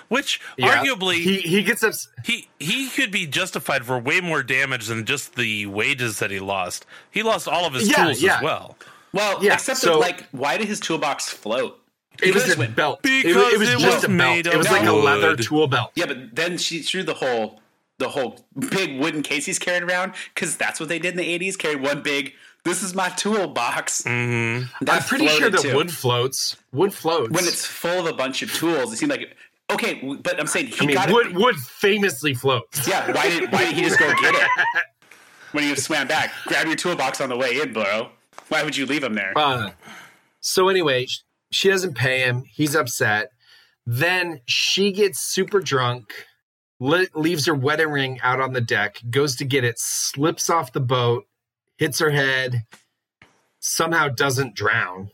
which
Yeah.
arguably
he
he,
he gets ups-
he could be justified for way more damage than just the wages that he lost. He lost all of his
Yeah,
tools
yeah.
as well.
well,
yeah,
except
so-
that, like, why did his toolbox float?
It was
Because
a
when-
belt. It
Because
was, it was
it was
just a
made
belt. It was
of
like a leather
wood.
tool belt.
Yeah, but then she threw the whole the whole big wooden case he's carrying around because that's what they did in the eighties. Carry one big. This is my toolbox.
Mm-hmm. I'm
That
pretty sure
floated,
that
too.
wood floats. Wood floats.
when it's full of a bunch of tools, it seemed like okay. w- But I'm saying he
I mean,
got
wood
it.
wood famously floats.
Yeah, why did why did he just go get it when he swam back? Grab your toolbox on the way in, bro. Why would you leave him there?
Uh, so anyway, sh- she doesn't pay him. He's upset. Then she gets super drunk, le- leaves her wedding ring out on the deck, goes to get it, slips off the boat, hits her head, somehow doesn't drown.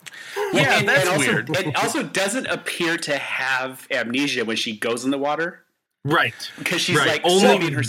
Yeah,
and,
that's
and also,
weird.
And also doesn't appear to have amnesia when she goes in the water
Right.
because she's
Right,
like
only-
only her.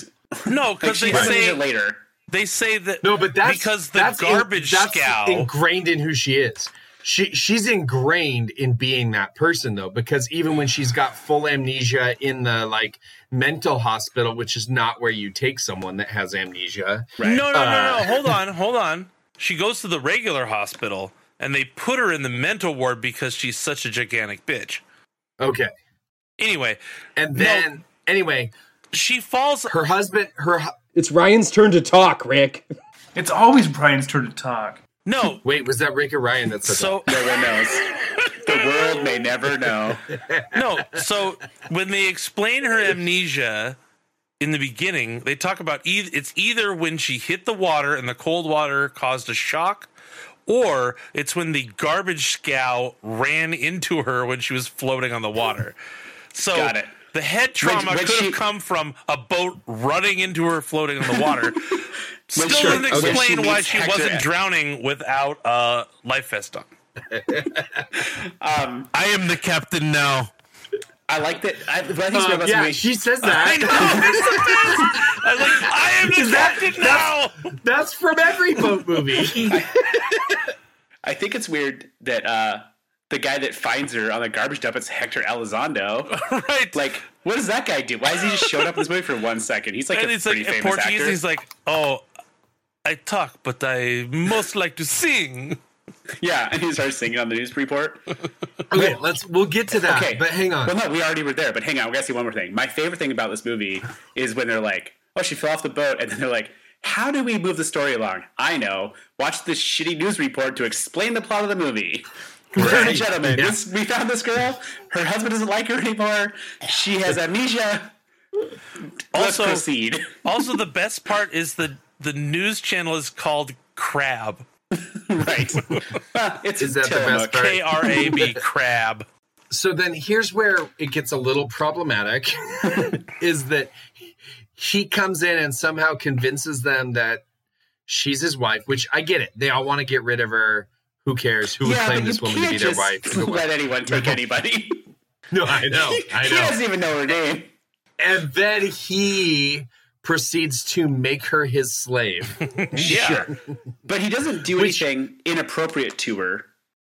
No,
Like
because
she
they
has amnesia
say
later.
they say that
No, but that's
because the
that's in-
garbage
that's
scow
ingrained in who she is. she she's ingrained in being that person though because even when she's got full amnesia in the like mental hospital which is not where you take someone that has amnesia
Right. No, no, no,
Uh.
no. Hold on, hold on. She goes to the regular hospital and they put her in the mental ward because she's such a gigantic bitch.
okay
Anyway,
and then anyway
she falls.
her husband her hu-
It's Ryan's turn to talk, Rick.
It's always Brian's turn to talk.
No,
wait was that rick or ryan that said
so
No one knows. the world may never know.
no. So when they explain her amnesia in the beginning, they talk about either it's either when she hit the water and the cold water caused a shock, or it's when the garbage scow ran into her when she was floating on the water. So
Got it.
the head trauma
when
could
she-
have come from a boat running into her floating in the water. Still
she-
doesn't
okay.
explain
When she
why
meets
she
Hector
wasn't
Ed.
drowning without a life vest on.
Um,
I am the captain now.
I like that. I, what I
Um,
think
that?
about
yeah
something-
she says
uh, I know.
that
I was like, I am the
that-
captain now.
that's from every boat movie
I think it's weird that uh, the guy that finds her on the garbage dump is Hector Elizondo.
right.
like, what does that guy do? Why is he just showing up in this movie for one second? He's like
and
a
it's like
pretty
in
famous
Portuguese.
actor.
He's like, oh, I talk, but I most like to sing.
yeah, and he starts singing on the news report.
okay let's we'll get to that
Okay,
but hang on
Well, no, we already were there. But hang on, we gotta see one more thing. My favorite thing about this movie is when they're like, "Oh, she fell off the boat," and then they're like, "How do we move the story along?" I know. Watch this shitty news report to explain the plot of the movie. Ladies and gentlemen,
Yeah.
this, we found this girl. Her husband doesn't like her anymore. She has amnesia. Let's
Also-
proceed.
also, the best part is the the news channel is called Crab.
right. Ah, it's
Is that the best part?
K R A B Crab.
so then here's where it gets a little problematic is that he comes in and somehow convinces them that she's his wife which i get it they all want to get rid of her who cares who would
Yeah,
claim
but
this
you
woman to be
can't
their wife
just let anyone take anybody.
no i know i
he
know
doesn't even know her name.
and then he proceeds to make her his slave
Yeah.
But he doesn't do
Which-
anything inappropriate to her.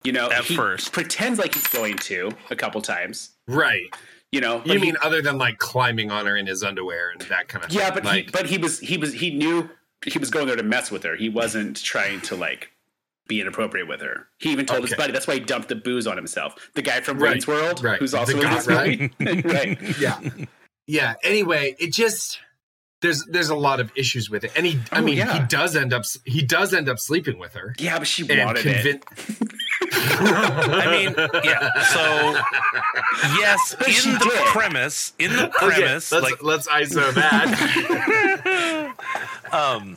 You know,
At
he
first.
pretends like he's going to a couple times.
right
You know, but
you
he-
mean other than like climbing on her in his underwear and that kind of
yeah?
thing.
But
like
he, but he was he was he knew he was going there to mess with her. He wasn't trying to like be inappropriate with her. He even told his
Okay.
buddy that's why he dumped the booze on himself. The guy from
Right,
Wayne's World,
right.
who's
The
also in
guy,
this movie, right?
yeah yeah anyway it just there's there's a lot of issues with it and he i
Oh,
mean he
yeah.
does end up s- he does end up sleeping with her
Yeah, but she
and
wanted it.
convin-
I mean, yeah. So yes, in the
did. Oh,
premise, in the
Okay,
premise,
let's,
like
let's iso that
um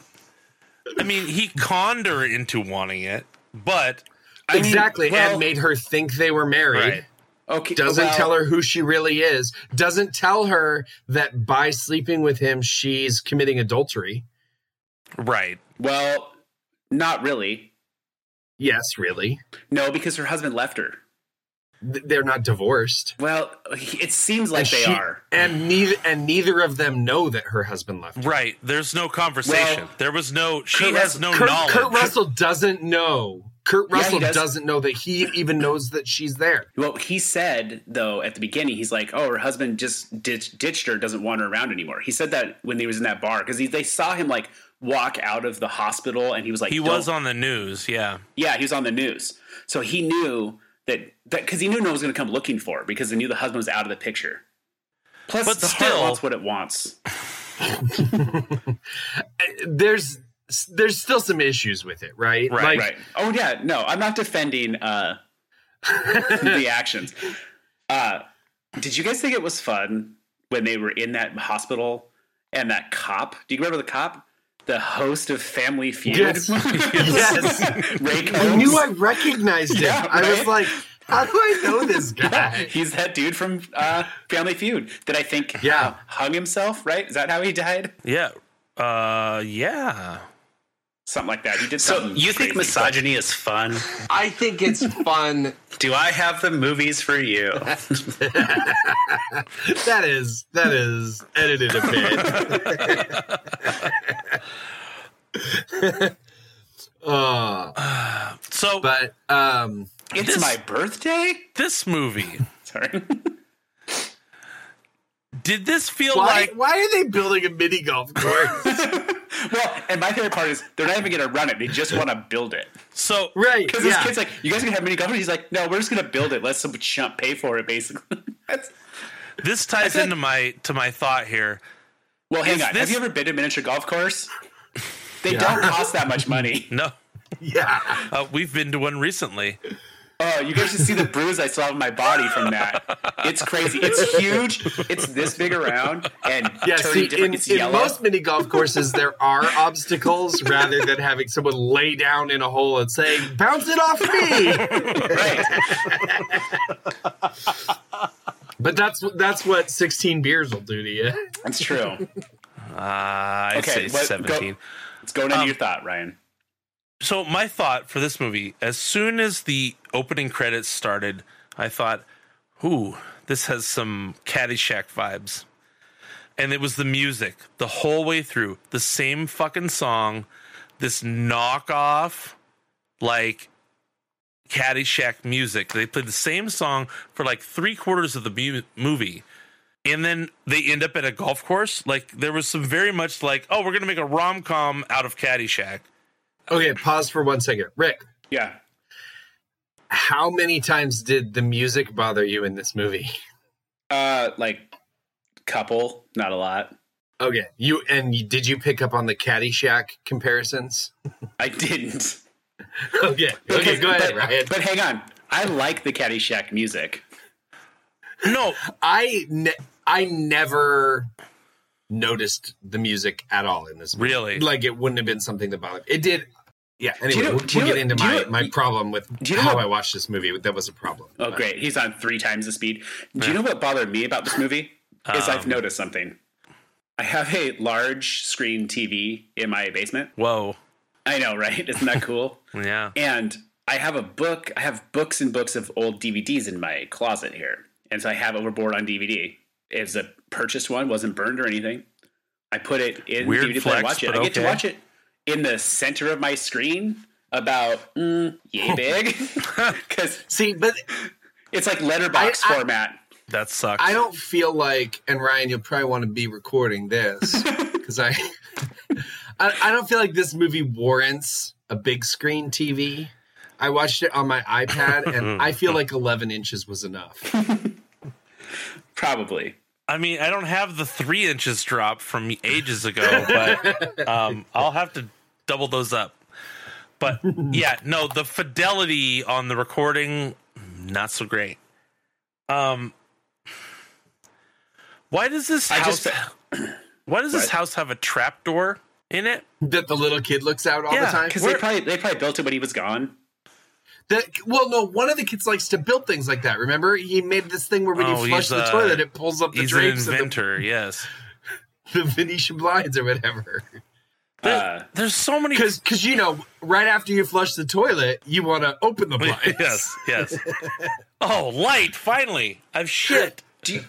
I mean, he conned her into wanting it, but I mean,
exactly
well-
and made her think they were married
Right.
Okay,
doesn't
well,
tell her who she really is doesn't tell her that by sleeping with him she's committing adultery
Right.
Well, not really.
yes really
No, because her husband left her.
Th- they're not divorced
Well, he- it seems like
And
they
she-
are.
and neither and neither of them know that her husband left her.
Right. There's no conversation.
Well,
there was no. She
Kurt
has
Russell-
no
Kurt,
knowledge.
Kurt Russell doesn't know. Kurt
Yeah, he
Russell
does.
does. not know that he even knows that she's there.
Well, he said though at the beginning, he's like, "Oh, her husband just ditch, ditched her, doesn't want her around anymore." He said that when he was in that bar because they saw him like walk out of the hospital, and he was like,
He was
"Don't-"
on the news. Yeah.
yeah, he was on the news, so he knew that that because he knew no one was going to come looking for her because they knew the husband was out of the picture. Plus,
But
the
still-
heart wants what it wants.
There's there's still some issues with it, right?
Right,
Like,
right. Oh yeah, no, I'm not defending uh, the actions. Uh, did you guys think it was fun when they were in that hospital and that cop? Do you remember the cop? The host of Family Feud,
Yes. yes.
Ray Combs.
I knew I recognized him.
Yeah,
I was
right?
like, how do I know this guy?
He's that dude from uh, Family Feud that I think
Yeah.
uh, hung himself. Right? Is that how he died?
Yeah. Uh. Yeah.
Something like that. He did.
So
something
you think
crazy.
misogyny is fun?
I think it's fun.
Do I have the movies for you?
That is that is edited a bit. uh,
So
but um
It's
This-
my birthday?
This movie.
Sorry.
Did this feel
Why,
like
why are they building a mini golf course?
well, and my favorite part is they're not even going to run it. They just want to build it.
so
right.
Because
Yeah.
this kid's like, you guys can have mini golf. And he's like, no, we're just going to build it. Let some chump pay for it, basically. That's-
this ties into my to my thought here.
well, hang
Is
on.
this-
Have you ever been to a miniature golf course? They don't cost that much money.
No.
yeah.
Uh, we've been to one recently.
Oh, you guys should see the bruise I still have on my body from that. It's crazy. It's huge. It's this big around and
Yeah,
turning
see,
different.
in,
it's
in
yellow.
most mini golf courses, there are obstacles rather than having someone lay down in a hole and saying, bounce it off me.
right.
but that's that's what 16 beers will do to you.
That's true.
Uh, I'd
Okay,
say
what- go-
17.
It's going into your thought, Ryan.
So my thought for this movie, as soon as the opening credits started, I thought, "Ooh, this has some Caddyshack vibes." And it was the music the whole way through, the same fucking song, this knockoff, like Caddyshack music. They played the same song for like three quarters of the mu- movie. And then they end up at a golf course. Like there was some very much like, oh, we're gonna make a rom com out of Caddyshack.
Okay, pause for one second. Rick,
Yeah.
how many times did the music bother you in this movie?
Uh, like couple, not a lot.
Okay, you and you, did you pick up on the Caddyshack comparisons?
I didn't.
Okay, okay, go ahead,
but,
Ryan.
But hang on, I like the Caddyshack music.
No,
I ne- I never noticed the music at all in this movie.
Really?
Like it wouldn't have been something that bothered. It did. Yeah. Anyway,
know-
we'll,
do you
we'll get
know-
into
do you
my,
know-
my problem with
do you know
how
what-
I watched this movie. That was a problem.
Oh, great, he's on three times the speed. Do you know what bothered me about this movie? Is
Um,
I've noticed something. I have a large screen TV in my basement.
Whoa.
I know, right? Isn't that cool?
Yeah.
and I have a book. I have books and books of old DVDs in my closet here, and so I have Overboard on DVD. It's a purchased one, wasn't burned or anything. I put it in
Weird
DVD player.
flex,
Watch it.
but
I get to
okay.
watch it in the center of my screen, about mm, yay big, because
See, but
it's like letterbox
I- I-
format.
That sucks.
I don't feel like, and Ryan, you'll probably want to be recording this because I, I, I don't feel like this movie warrants a big screen TV. I watched it on my iPad, and I feel like 11 inches was enough.
Probably.
I mean, I don't have the three inches drop from ages ago, but um, I'll have to double those up. But yeah, no, the fidelity on the recording, not so great. Um, why does this
I
house?
just-
why does this
What?
house have a trap door in it?
That the little kid looks out all
Yeah,
the time.
Because they probably they probably built it when he was gone.
That well, no, one of the kids likes to build things like that. Remember, he made this thing where when
Oh,
you
he's
flush the
uh,
a-
toilet, it pulls up the
He's an
drapes and the,
inventor. yes,
the Venetian blinds or whatever.
There-
Uh,
there's so many.
Because, because you know, right after you flush the toilet, you want to open the blinds.
yes, yes. oh, light! Finally, I've shit.
Do you,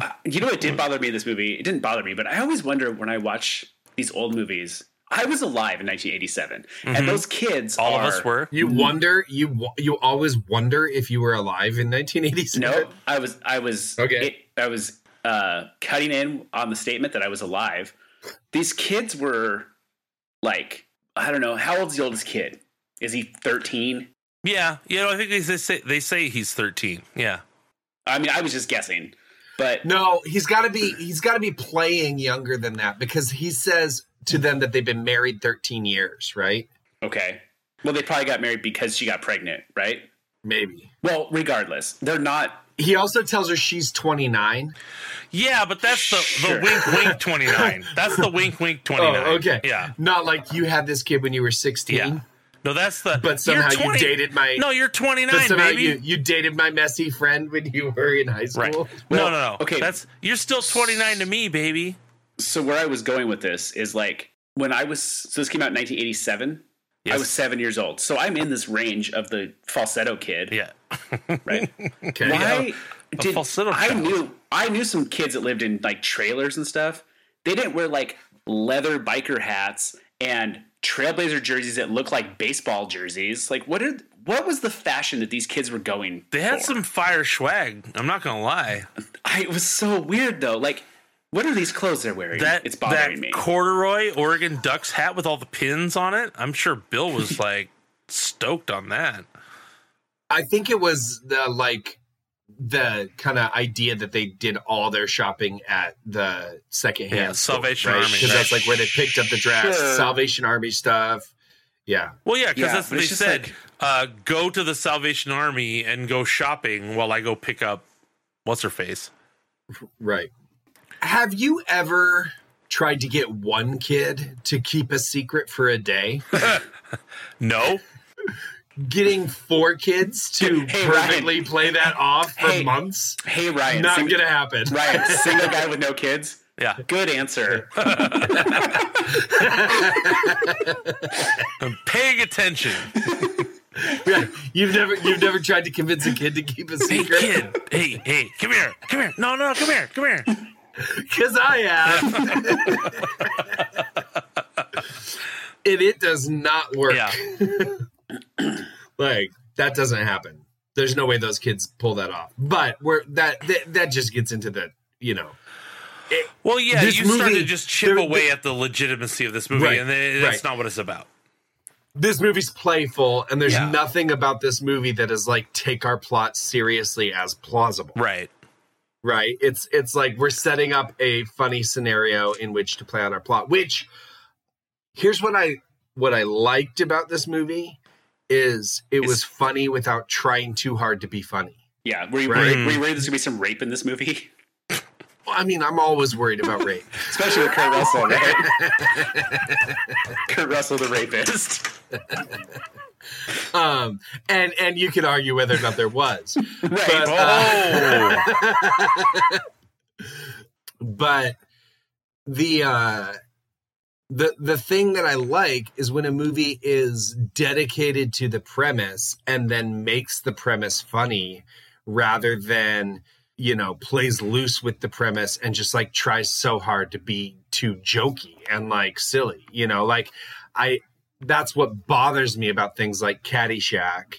uh, you know what did bother me in this movie? It didn't bother me, but I always wonder when I watch these old movies. I was alive in 1987, and those kids,
Mm-hmm. All
are-
of us were.
You wonder, you wa- you always wonder if you were alive in 1987.
No, I was, I was,
Okay.
it- I was uh, cutting in on the statement that I was alive. These kids were like, I don't know, how old's the oldest kid? Is he 13?
Yeah, you know, I think they they say they say he's thirteen. Yeah,
I mean, I was just guessing, but
no, he's got to be he's got to be playing younger than that because he says to them that they've been married 13 years, right?
okay. Well, they probably got married because she got pregnant, right?
Maybe.
Well, regardless, they're not
He also tells her she's 29.
yeah, but that's the
Sure.
the wink wink twenty nine. That's the wink wink twenty
Oh,
nine.
okay.
yeah,
Not like you had this kid when you were 16.
yeah. No, that's the.
But somehow
you're
you dated my-
No, you're twenty
But
nine,
somehow
baby.
you, you dated my messy friend when you were in high
right?
school.
no, no, no.
okay.
Okay, that's you're still twenty nine to me, baby.
so where I was going with this is like when I was so this came out in 1987. I
Yes.
was seven years old, so I'm in this range of the falsetto kid,
Yeah,
right?
Okay.
Why did
falsetto
I
child.
knew I knew some kids that lived in like trailers and stuff. They didn't wear like leather biker hats and trailblazer jerseys that look like baseball jerseys. Like what are what was the fashion that these kids were going?
They had
for?
some fire swag. I'm not gonna lie.
I, it was so weird though. Like, what are these clothes they're wearing?
That
it's bothering
that
me.
corduroy Oregon Ducks hat with all the pins on it. I'm sure Bill was like stoked on that.
I think it was the like the kind of idea that they did all their shopping at the secondhand
Yeah,
store,
Salvation
right?
Army,
because that's
right.
like where they picked up the drafts,
Sure.
Salvation Army stuff. Yeah,
Well, yeah, because
Yeah,
that's
but
what they
it's just
said.
like-
uh, go to the Salvation Army and go shopping while I go pick up what's her face.
right. Have you ever tried to get one kid to keep a secret for a day?
No,
Getting four kids to
Hey, Ryan.
perfectly play that off for
Hey,
months?
hey Ryan,
Not
sing-
gonna happen.
Ryan, single guy with no kids.
yeah,
Good answer.
I'm paying attention.
Yeah, You've never you've never tried to convince a kid to keep a
Hey,
secret.
kid. Hey, hey, come here, come here. No, no, come here, come here.
Because I have. and it does not work.
Yeah,
Like, that doesn't happen. There's no way those kids pull that off. But we're that that, that just gets into the, you know.
Well, yeah,
This
you
movie-
started to just chip
there-
away at the legitimacy of this movie,
Right,
and then that's
right.
not what it's about.
This movie's playful, and there's
Yeah.
nothing about this movie that is like take our plot seriously as plausible.
Right.
right it's it's like we're setting up a funny scenario in which to play on our plot which here's what i what i liked about this movie is it was funny without trying too hard to be funny
Yeah, were you,
Right.
worried, were you worried there's gonna be some rape in this movie,
i mean i'm always worried about rape
especially with Kurt Russell? Right? Kurt Russell, the rapist.
um and and you could argue whether or not there was
Right.
but,
uh,
Oh,
uh, but the uh the the thing that i like is when a movie is dedicated to the premise and then makes the premise funny rather than you know plays loose with the premise and just like tries so hard to be too jokey and like silly you know like i that's what bothers me about things like caddyshack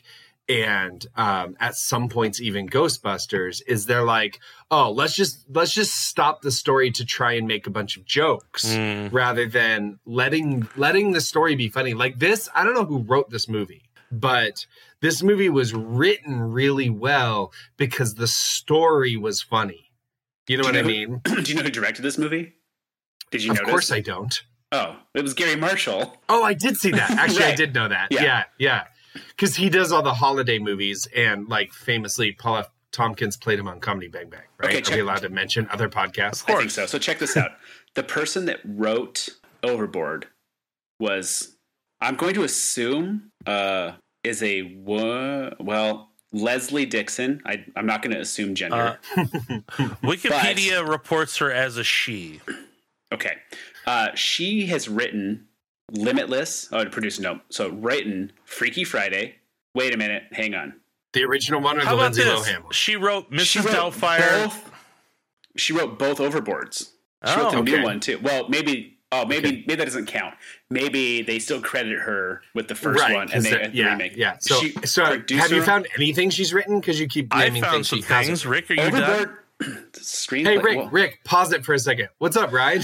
and um, at some points even ghostbusters is they're like oh let's just let's just stop the story to try and make a bunch of jokes
Mm.
rather than letting letting the story be funny like this i don't know who wrote this movie but this movie was written really well because the story was funny you know
Do
what
you
i
know-
mean
Do you know who directed this movie? Did you
Oh. of
notice?
course i don't
Oh, it was Gary Marshall.
oh i did see that actually i
Right.
did know that
Yeah.
yeah yeah because he does all the holiday movies and like famously paul F. tompkins played him on comedy bang bang right
Okay,
are
check-
we allowed to mention other podcasts
I think so. So check this out. the person that wrote Overboard was, I'm going to assume, uh, is a wo- well Leslie Dixon. I, I'm not going to assume gender.
Wikipedia reports her as a she.
okay, uh, she has written Limitless. Oh, produced no. So written Freaky Friday. Wait a minute. Hang on.
the original one or
How
the
about
lindsay
this?
lohan one
She wrote Mrs.
She wrote
Doubtfire.
both- she wrote both Overboards. She wrote the
Oh,
okay.
new one too. Well, maybe. Oh, maybe maybe that doesn't count. Maybe they still credit her with the first one and
'cause
they
they're-
and the
yeah,
remake.
Yeah. So,
She-
so have you
producer-
found anything she's written? Because you keep
I
naming
found
things
some
she hasn't.
things. Rick, are you done?
Overboard screenplay?
Hey, Rick,
Well,
Rick, pause it for a second. What's up, Ryan?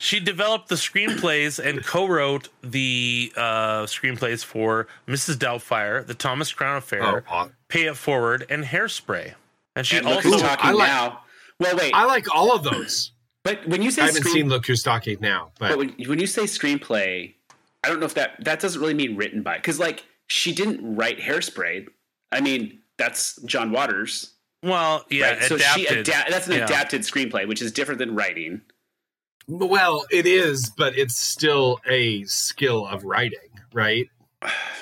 She developed the screenplays and co-wrote the uh, screenplays for Mrs. Doubtfire, The Thomas Crown Affair,
aw-
Pay It Forward, and Hairspray. And she
Oh. and look
also
who's
Ooh,
talking
I like-
now. Well, wait,
I like all of those.
but when you say
I haven't
screen-
seen Look Who's Talking now,
but
but
when, when you say screenplay, I don't know if that that doesn't really mean written by because like she didn't write Hairspray. I mean that's John Waters.
well, yeah,
right? so she
adapted.
adap- that's an
Yeah.
adapted screenplay, which is different than writing.
well, it is, but it's still a skill of writing, right?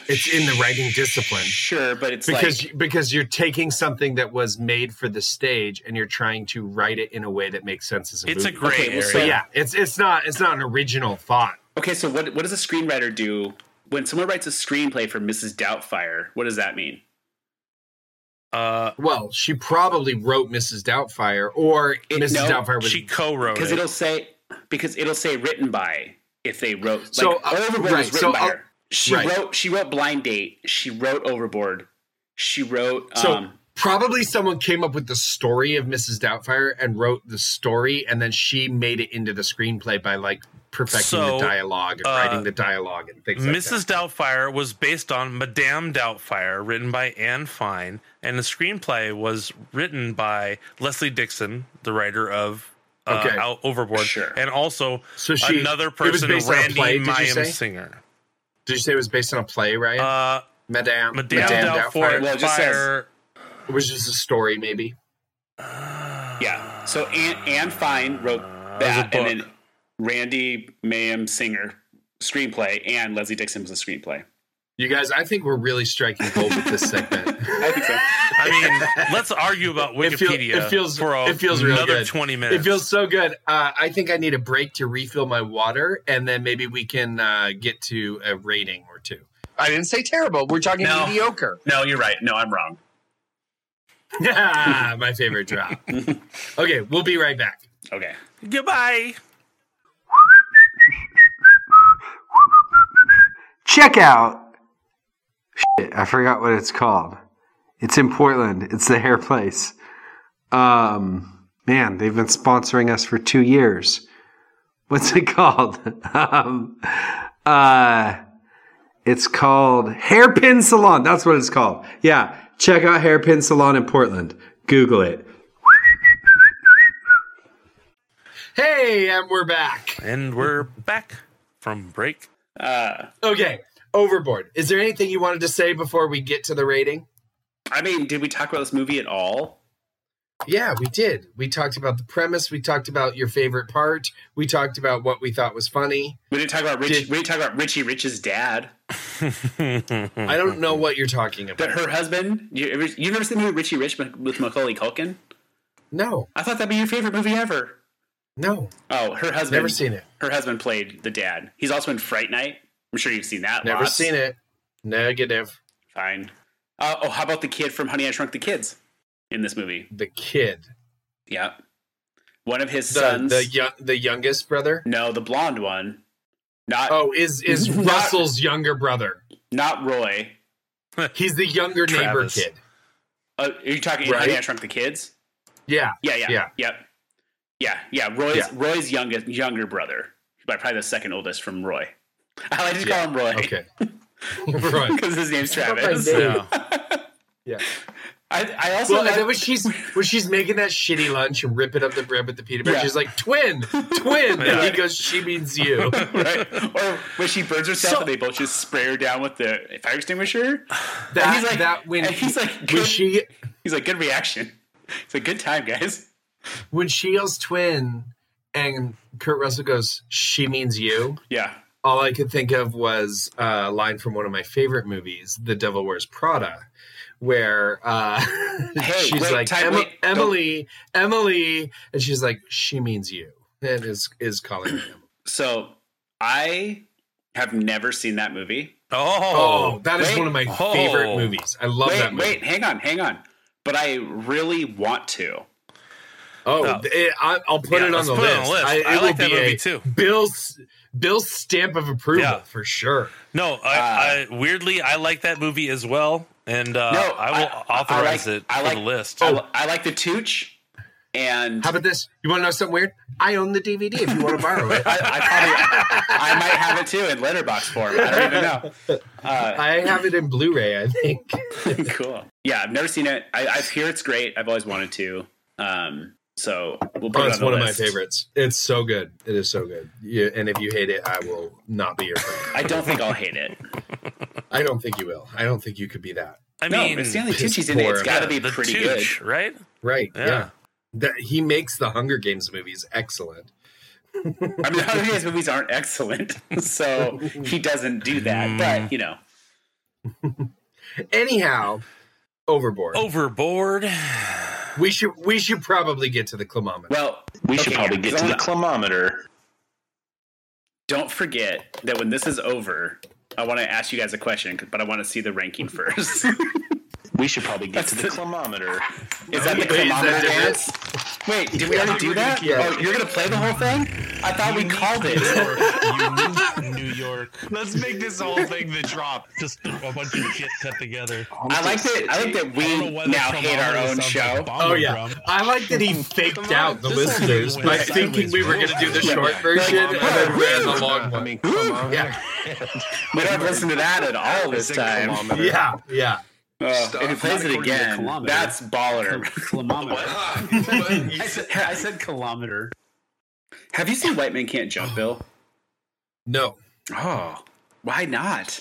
It's in the writing discipline.
Sure, but it's
Because
like
because you're taking something that was made for the stage and you're trying to write it in a way that makes sense as a
it's a
movie.
gray
Okay, well,
area.
so-
But yeah, it's it's not it's not an original thought.
okay. So what what does a screenwriter do when someone writes a screenplay for Mrs. Doubtfire? What does that mean?
Uh,
Well, she probably wrote Mrs. Doubtfire, or
It-
Mrs.
no,
Doubtfire was.
she co-wrote
Because
it.
it'll say because it'll say written by if they wrote like,
So, uh,
Overboard
right,
was written
so
by
I'll-
her. She
Right.
wrote she wrote Blind Date. She wrote Overboard. She wrote
So
um,
probably someone came up with the story of Mrs. Doubtfire and wrote the story, and then she made it into the screenplay by like perfecting
So,
the dialogue and
uh,
writing the dialogue and things like that.
Mrs. Doubtfire was based on Madame Doubtfire, written by Anne Fine, and the screenplay was written by Leslie Dixon, the writer of uh,
Okay.
Out Overboard,
Sure.
and also
So she-
another
it was
person,
based on a
Randy
play, did you
Mayim
say?
Singer.
Did you say it was based on a play, right?
Uh,
Madame,
Madame, Doubtfire,
Doubtfire
Well, it just says-
Fire-
was just a story, maybe.
yeah. So Anne, Anne Fine wrote that,
a
and
book.
then Randy Mayhem Singer screenplay, and Leslie Dixon was a screenplay.
You guys, I think we're really striking gold with this segment.
I think so.
I mean, let's argue about
It feel-
Wikipedia
it feels-
for a,
it feels real
another
good.
20 minutes.
it feels so good. Uh, I think I need a break to refill my water, and then maybe we can uh, get to a rating or two.
I didn't say terrible. We're talking
No.
mediocre.
No, you're right. No, I'm wrong.
Ah, my favorite drop. Okay, we'll be right back.
Okay.
Goodbye.
check out. Shit, I forgot what it's called. It's in Portland. It's the hair place. Um, man, they've been sponsoring us for two years. What's it called? um, uh, it's called Hairpin Salon. That's what it's called. Yeah, check out Hairpin Salon in Portland. Google it.
Hey, and we're back.
And we're back from break.
Uh,
Okay, Overboard. Is there anything you wanted to say before we get to the rating?
I mean, did we talk about this movie at all?
Yeah, we did. We talked about the premise. We talked about your favorite part. We talked about what we thought was funny.
We didn't talk about Rich.
Did-
we didn't talk about Richie Rich's dad.
Oh.
I don't know what you're talking
That
about.
her husband. You, ever- you never seen the movie Richie Rich with Macaulay Culkin?
No,
I thought that'd be your favorite movie ever.
no,
Oh, her husband.
never seen it.
Her husband played the dad. He's also in Fright Night. I'm sure you've seen that.
Never seen it. Negative.
Fine. Uh, oh, how about the kid from Honey I Shrunk the Kids in this movie?
The kid,
Yeah. One of his
the
sons.
the, young, the youngest brother.
no, the blonde one. Not
Oh, is is
Not-
Russell's younger brother?
not Roy.
He's the younger neighbor
Travis.
kid.
Uh, are you talking in Honey I
Right.
Shrunk the Kids?
Yeah,
Yeah, yeah,
Yeah.
yeah, yeah, yeah, yeah. Roy's
Yeah.
Roy's youngest younger brother, but probably the second oldest from Roy. I like to call him Roy
okay. right.
because his name's Travis.
name.
Yeah.
Yeah.
I, I also
Well,
like-
and then when she's when she's making that shitty lunch and ripping up the bread with the peanut butter,
Yeah.
she's like, "Twin, twin." And he
Yeah.
goes, "She means you."
right? Or when she burns herself and they both just spray her down with the fire extinguisher.
That
he's like-
that when
and he's like,
when
good-
she
He's like, good reaction. It's a good time, guys.
when she yells "twin" and Kurt Russell goes, "She means you."
Yeah.
All I could think of was uh, a line from one of my favorite movies, "The Devil Wears Prada," where uh,
Hey,
she's
wait,
like,
time-
"Em-
wait, don't-
"Emily, Emily," and she's like, "She means you," and is is calling her Emily.
So I have never seen that movie.
Oh,
Oh, that is
wait.
one of my
Oh.
favorite movies. I love that
Wait,
movie.
wait, hang on, hang on. But I really want to.
Oh,
No.
it- I, will put
Yeah,
it on
let's
the
put it
list.
on the list.
I, it
I like
will
that
be
movie
a
too.
Bill's Bill's stamp of approval
Yeah.
for sure.
no,
Uh,
I, I weirdly I like that movie as well, and uh,
No,
I will
I- I
authorize
like-
it
I
for
like- Oh,
the list.
I, li- I like the Tooch, and
Oh. How about this? You want to know something weird? I own the DVD if you want to borrow it.
I, I probably I might have it too in letterbox form. I don't even know. Uh,
I have it in Blu-ray, I think.
cool. Yeah, I've never seen it. I, I hear it's great. I've always wanted to. Um, so we'll put
Oh,
it
it's
on the
one of my
list.
favorites. It's so good. It is so good. You, and if you hate it, I will not be your friend.
I don't think I'll hate it.
I don't think you will. I don't think you could be that.
I
no,
mean,
if Stanley
it's
Tucci's in it. It's
poor,
got to
yeah,
be
the
pretty
Tooch,
good.
right?
Right?
Yeah.
Yeah. That he makes the Hunger Games movies excellent.
I mean, Hunger Games movies aren't excellent, so he doesn't do that. But you know,
Anyhow, overboard.
Oh. Overboard.
We should we should probably get to the climometer.
well,
We should
Okay,
probably
yeah,
get
so
to
I'm
the
not-
climometer.
don't forget that when this is over, I want to ask you guys a question, but I want to see the ranking first.
We should probably get to the climometer.
Is that the
Wait, is that
kilometer
different?
dance? Wait, did we already do that?
Yeah.
Oh, you're gonna play the whole thing? I thought we called it.
Unique New York.
Let's make this whole thing the drop.
Just a bunch of shit cut together.
I like that. I like that
I don't know
we
why
now
the
hate our
thermometer
own
sounds
show.
like
Oh
bomber
yeah,
drum.
I like that he faked out the
this is-
listeners by
went
thinking we were going to do the
sideways,
short version and then ran the long one. Yeah,
we don't listen to that at all this time.
yeah, yeah.
Oh, and he plays
according
it
to the
again.
kilometer.
That's baller.
Kilometer. I said, I said kilometer.
Have you seen White Man Can't Jump, Bill?
No,
Oh, why not?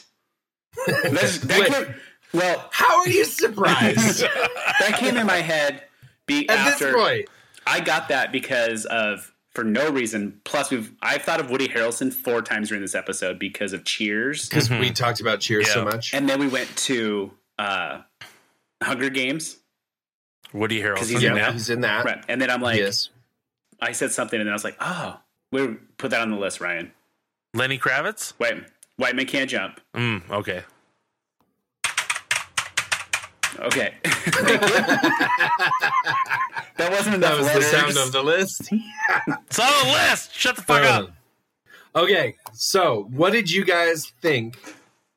That's, that
Wait.
came, well,
how are you surprised
that came in my head. Be
at
after
this point?
I got that because of for no reason. Plus, we've I've thought of Woody Harrelson four times during this episode because of Cheers,
Because we talked about Cheers so
Yeah.
much.
Mm-hmm. and then we went to uh, Hunger Games,
Woody Harrelson.
'Cause he's
yeah,
in that.
he's in that.
right? And then I'm like,
Uh, yes.
I said something, and then I was like, oh, we put that on the list, Ryan.
Lenny Kravitz.
Wait, White Man Can't Jump.
Mm, okay.
Okay, that wasn't enough.
That was the
letters.
sound of the list.
It's on the list. Shut the fuck
Uh,
up.
Okay, so what did you guys think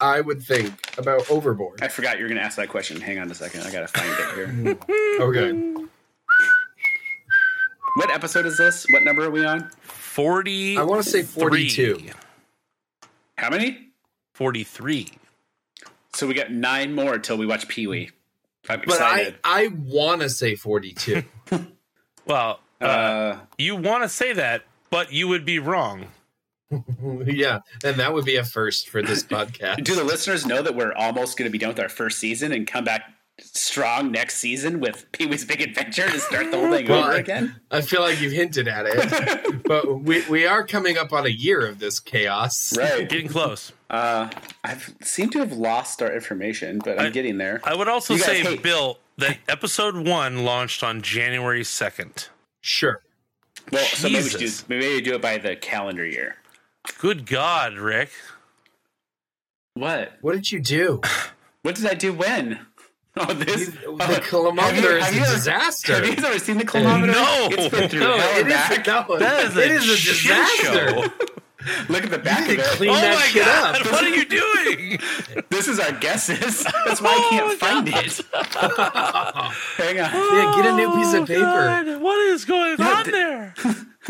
I would think about Overboard?
I forgot you were going to ask that question. Hang on a second. I got to find it here.
Okay.
what episode is this? What number are we on?
Forty.
I want to say 42.
How many?
Forty-three.
So we got nine more till we watch Pee Wee. I'm
But I,
excited.
I want to say 42.
Well, uh,
uh,
you want to say that, but you would be wrong.
yeah, and that would be a first for this podcast.
do the listeners know that we're almost going to be done with our first season and come back strong next season with Pee Wee's Big Adventure to start the whole thing
Well,
over
I-
again?
I feel like you've hinted at it, but we, we are coming up on a year of this chaos.
Right.
Getting close.
Uh, I seem to have lost our information, but I'm
I- uh,
getting there.
I would also
You guys
say,
hate-
Bill, that episode one launched on January second.
Sure.
well, so maybe we, should do,
Jesus.
maybe we do it by the calendar year.
Good God, Rick!
What?
What did you do?
What did I do when? Oh, this.
The
oh, have you-
kilometer is
have
a
you ever-
disaster.
Have you ever seen the kilometer?
No!
it's been through
No,
hell
Oh, It
and
is,
back.
no,
That is a,
it is a
shit
disaster.
Show.
Look at the back of
You
it.
can clean
Oh
that
my
shit
God!
up.
What are you doing?
This is our guesses. That's why I
Oh,
can't find it. Hang on.
Yeah, get a new piece of
Oh,
paper.
God, what is going on
th-
there?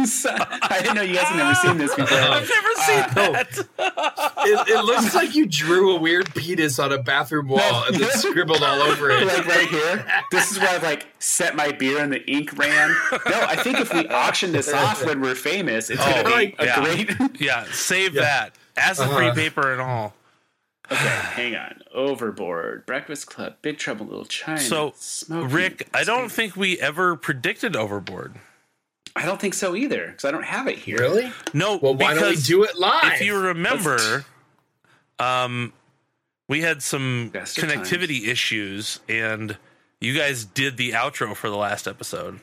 I didn't know you guys had never seen this before.
I've never seen
no.
that.
It, it looks like you drew a weird penis on a bathroom wall and then scribbled all over it.
Like right here. This is where I've like set my beer and the ink ran. No, I think if we auction this off when we're famous, it's gonna be
Oh, like, uh,
a
yeah.
great
Yeah, Uh-huh. save that. As the free paper and all.
Hang on. Overboard, Breakfast Club, Big Trouble in Little China.
So,
Smokey.
Rick, I don't think we ever predicted Overboard.
I don't think so either, because I don't have it here.
Really?
No,
Well, why don't we
because
do it live?
If you remember, um, we had some
Best of
connectivity issues, and you guys did the outro for the last episode.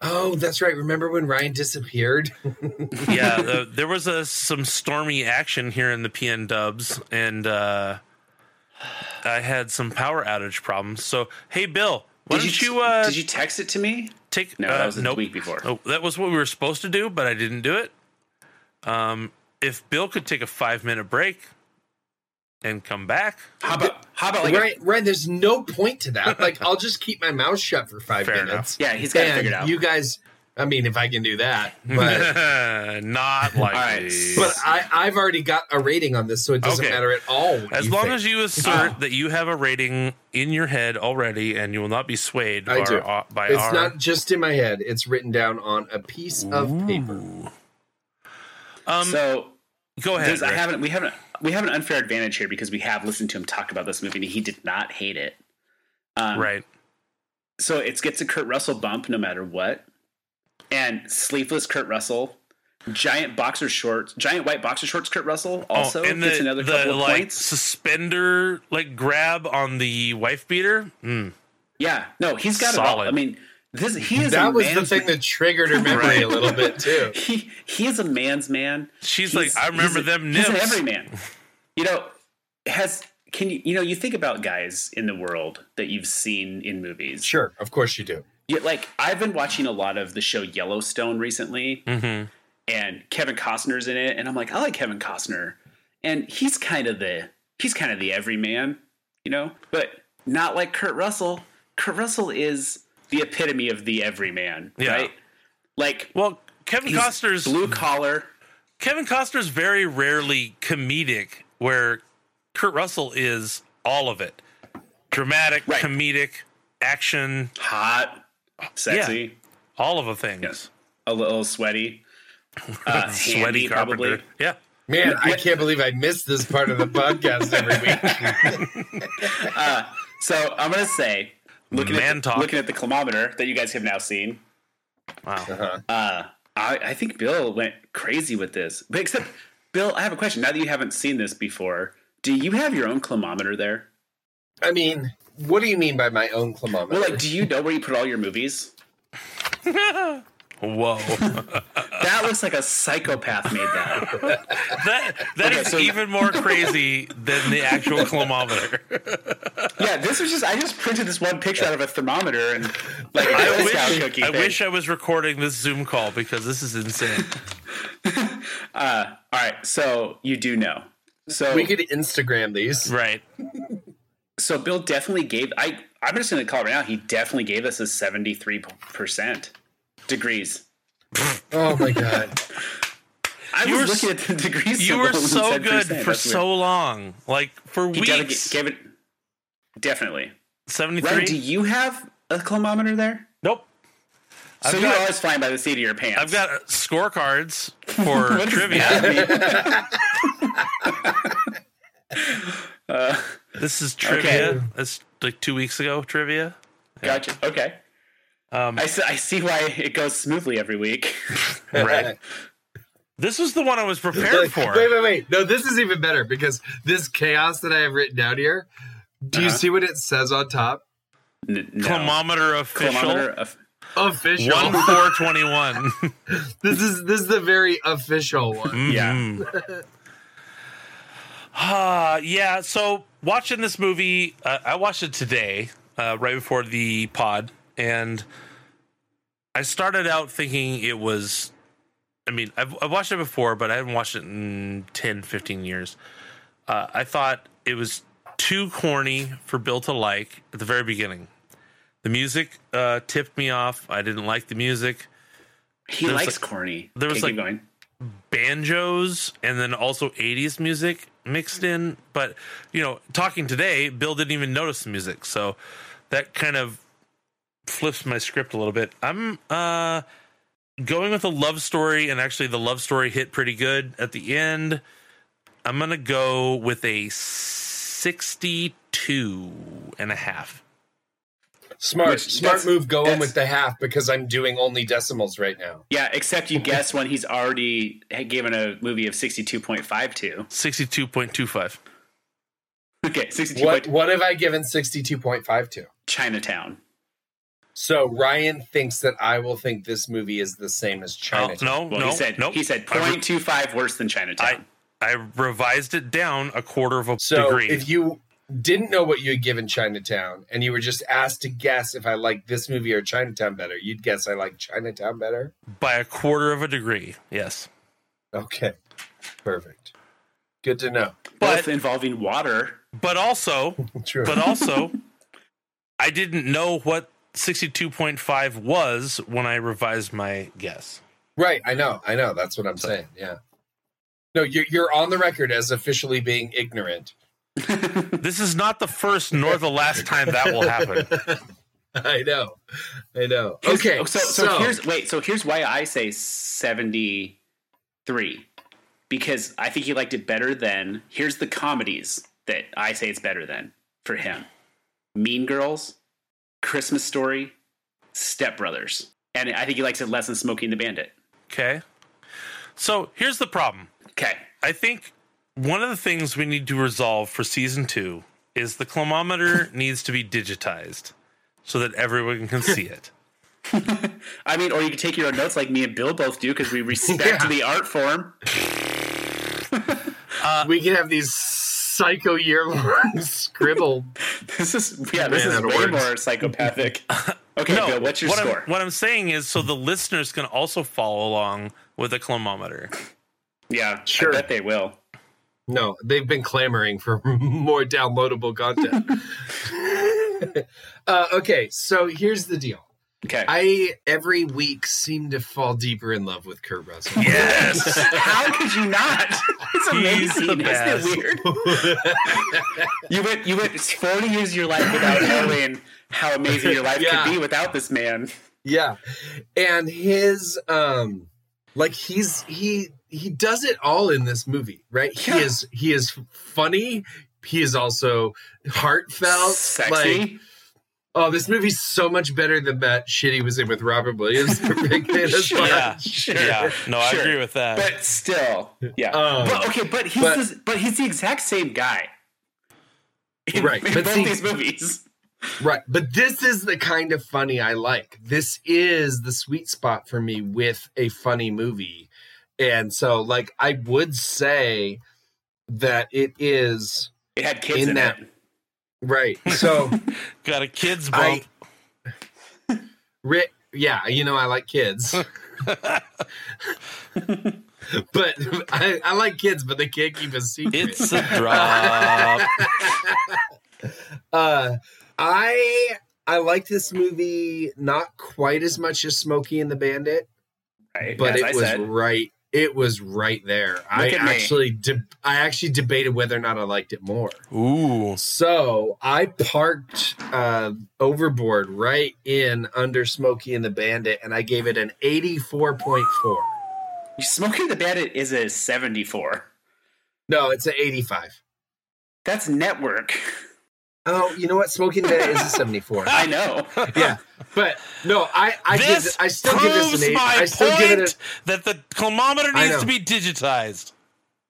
oh, that's right. Remember when Ryan disappeared?
Yeah, uh, there was a, some stormy action here in the PN Dubs, and uh, I had some power outage problems. So, hey, Bill, why
Did you,
don't you, uh,
did you text it to me?
take?
No,
uh,
that was the
nope.
week before.
Oh, that was what we were supposed to do, but I didn't do it. Um, if Bill could take a five minute break and come back,
How about how about like a-
Ryan, Ryan, there's no point to that. Like, I'll just keep my mouth shut for five
Fair
minutes.
yeah, he's got it
And
figured out.
you guys, I mean, if I can do that, but.
not like
right,
But I, I've already got a rating on this, so it doesn't
Okay.
matter at all. what
as long
think.
as you assert that you have a rating in your head already, and you will not be swayed
I
by,
do.
our, by
it's
our-
not just in my head; it's written down on a piece of paper.
um,
so
go ahead.
there's- I
Rick.
haven't we haven't we have an unfair advantage here because we have listened to him talk about this movie and he did not hate it. Um,
right.
So it gets a Kurt Russell bump no matter what, and sleeveless Kurt Russell, giant boxer shorts, giant white boxer shorts. Kurt Russell also
oh, and
gets
the,
another
the,
couple of
like
points.
suspender like grab on the wife beater.
Hmm.
Mm.
Yeah, no, he's got it all.
Solid.
I mean, this he is a
That was the
man's
thing that triggered her memory a little bit too.
he he is a man's man.
She's
He's-
like, I remember
he's a-
them
He's an
nips.
everyman. You know, has can you you know you think about guys in the world that you've seen in movies?
Sure, of course you do.
Yeah, like I've been watching a lot of the show Yellowstone recently,
Mm-hmm.
and Kevin Costner's in it, and I'm like, I like Kevin Costner, and he's kind of the he's kind of the everyman, you know, but not like Kurt Russell. Kurt Russell is the epitome of the everyman,
Yeah.
right? Like
Well, Kevin
he's
Costner's
blue collar.
Kevin Costner's very rarely comedic, where Kurt Russell is all of it dramatic,
Right.
comedic, action,
hot, sexy,
all of the things.
yes, a little sweaty, uh,
Sweaty
sweaty
carpenter.
probably.
Yeah.
Man, I can't believe I miss this part of the podcast every week.
So I'm gonna say, looking
Man
at the,
talk.
looking at the climometer that you guys have now seen,
Wow.
uh, I, I think Bill went crazy with this. But except, Bill, I have a question. Now that you haven't seen this before, do you have your own climometer there?
I mean, what do you mean by my own climometer?
Well, like, do you know where you put all your movies?
Whoa.
That looks like a psychopath made that.
that that is
so-
even more crazy than the actual climometer.
Yeah, this was just I just printed this one picture out of a thermometer and like I
I
wish,
wish,
cookie
I
thing.
wish I was recording this Zoom call because this is insane.
Uh, all right, so you do know. So
we could Instagram these.
right.
So Bill definitely gave I I'm just gonna call it right now, he definitely gave us a seventy three percent degrees.
Oh my god.
I
You
was
were
looking at the degrees.
You were
symbol and
so
said
good
percent.
for
That's weird.
so long. Like for
he definitely
weeks.
gave it definitely. Ryan, do
73?
you have a climometer there?
Nope. I've got-
so you're always flying by the seat of your pants.
I've got uh, scorecards for trivia.
uh,
This is trivia. That's like two weeks ago trivia.
gotcha. Okay.
Um,
I see, I see why it goes smoothly every week.
right. This was the one I was prepared
wait,
for.
wait, wait. No, this is even better because this chaos that I have written down here. Do you
Uh-huh.
see what it says on top?
N- no.
Climometer
Climometer
official
of
Official.
one four twenty one.
This is this is the very official one.
Yeah.
Uh, yeah. So watching this movie, uh, I watched it today, uh, right before the pod, and I started out thinking it was. I mean, I've, I've watched it before, but I haven't watched it in 10, 15 years. Uh, I thought it was too corny for Bill to like at the very beginning. The music uh, tipped me off. I didn't like the music.
He
There was
likes
like-
corny.
there was
Okay, keep
like-
going.
banjos and then also 80s music mixed in but you know talking today bill didn't even notice the music so that kind of flips my script a little bit i'm uh going with a love story and actually the love story hit pretty good at the end i'm gonna go with a 62 and a half
Smart,
Which-
smart
that's-
move going
that's-
with the half because I'm doing only decimals right now.
Yeah, except you guess when he's already had given a movie of 62.52.
62.25
Okay, 62.
What what have I given 62.5 to?
Chinatown.
So Ryan thinks that I will think this movie is the same as
oh,
Chinatown.
no
Well,
no
he said
nope.
he said
I, re-
0.25 worse than Chinatown.
I revised it down a quarter of a
So
degree
if you didn't know what you had given Chinatown and you were just asked to guess if I like this movie or Chinatown better, you'd guess I like Chinatown better.
by a quarter of a degree. Yes.
Okay. Perfect. Good to know.
Both involving water.
But also,
True.
but uh, also I didn't know what 62.5 was when I revised my guess.
right, I know. I know. That's what I'm saying. Yeah. No, you're you're on the record as officially being ignorant.
This is not the first nor the last time that will happen.
I know. I know.
Here's- oh,
okay.
So, so, here's wait. So here's why I say 73, because I think he liked it better than. Here's the comedies that I say it's better than for him: Mean Girls, Christmas Story, Step Brothers, and I think he likes it less than Smoking the Bandit.
Okay. So here's the problem.
Okay.
I think one of the things we need to resolve for season two is the climometer needs to be digitized so that everyone can see it.
I mean, or you can take your own notes like me and Bill both do because we respect the art form.
uh, we can have these psycho year long scribble.
This is yeah, this
Ran
is
out of
way
words.
more psychopathic. Okay,
Uh, no,
Bill, what's your
what
score?
I'm, what I'm saying is, so the listeners can also follow along with a climometer.
yeah,
Sure.
I bet they will.
No, they've been clamoring for more downloadable content. uh, okay, so here's the deal.
Okay,
I every week seem to fall deeper in love with Kurt Russell.
Yes,
how could you not? It's
He's the
amazing. Isn't it
best.
weird? you went you went forty years of your life without knowing how amazing your life
Yeah.
could be without this man.
yeah. And his um like he's he he does it all in this movie, right? He
Yeah.
is he is funny. He is also heartfelt,
Sexy.
like Oh, this movie's so much better than that shit he was in with Robert Williams. for Big Man as
Sure.
well.
yeah, yeah. No, I
Sure.
agree with that.
but still, yeah.
Um,
but okay, but he's
but-
this, but he's the exact same guy. In,
Right,
in
but
both
see-
these movies.
Right. But this is the kind of funny I like. This is the sweet spot for me with a funny movie. And so, like, I would say that it is
It had kids
in
in,
that-
it.
right. So,
Got a kid's bump.
I, Rick, yeah, you know, I like kids. but I, I like kids, but they can't keep a secret.
it's a drop.
uh i i like this movie not quite as much as smokey and the bandit
Right,
but
as
it
I
was
said.
right it was right there i
at me.
actually de- i actually debated whether or not i liked it more
Ooh,
so i parked uh overboard right in under smokey and the bandit and i gave it an 84.4
Smoking the Bandit is a 74.
no it's an 85
That's network.
oh you know what smokey and the bandit is a 74
I know.
yeah but no i i give
this
th- i still give
proves
this an 8
my
i still
point
give it a
that the climometer
I
needs
know.
to be digitized.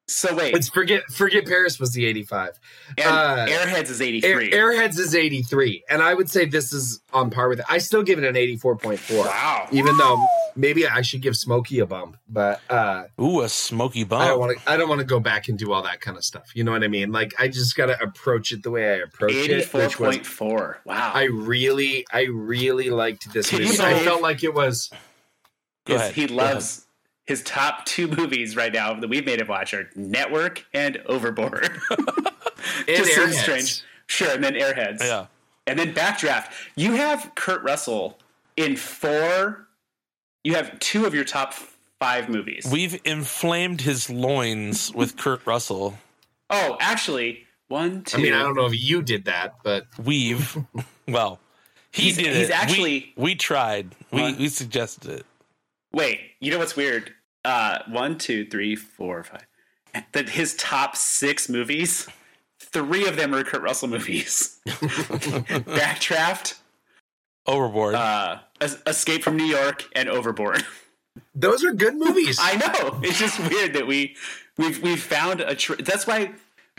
So wait,
It's forget forget Paris was the 85.
and
uh,
Airheads is 83.
Air, Airheads is 83, and I would say this is on par with it. I still give it an 84.4.
wow.
Even though maybe I should give Smokey a bump, but uh,
Ooh, a smoky bump.
I don't want to. I don't want to go back and do all that kind of stuff. You know what I mean? Like I just got to approach it the way I approach it, which was
84.4. Wow.
I really, I really liked this
Can you
movie. I
believe-
felt like it was
Go
His-
ahead.
He
Go
loves his top two movies right now that we've made him watch are Network and Overboard.
and
Just seems
Airheads.
strange. Sure, and then Airheads.
ahead. Yeah.
And then Backdraft. You have Kurt Russell in four. You have two of your top five movies.
We've inflamed his loins with Kurt Russell.
oh, actually, one, two.
I mean, I don't know if you did that, but
We've, well, he
He's-
did it.
he's
We-
actually-
we, tried. We,
What?
we suggested it.
Wait, you know what's weird? Uh, one, two, three, four, five. That his top six movies, three of them are Kurt Russell movies. Backdraft,
Overboard.
uh, Es- Escape from New York, and Overboard.
those are good movies.
I know it's just weird that we we've we've found a. Tr- That's why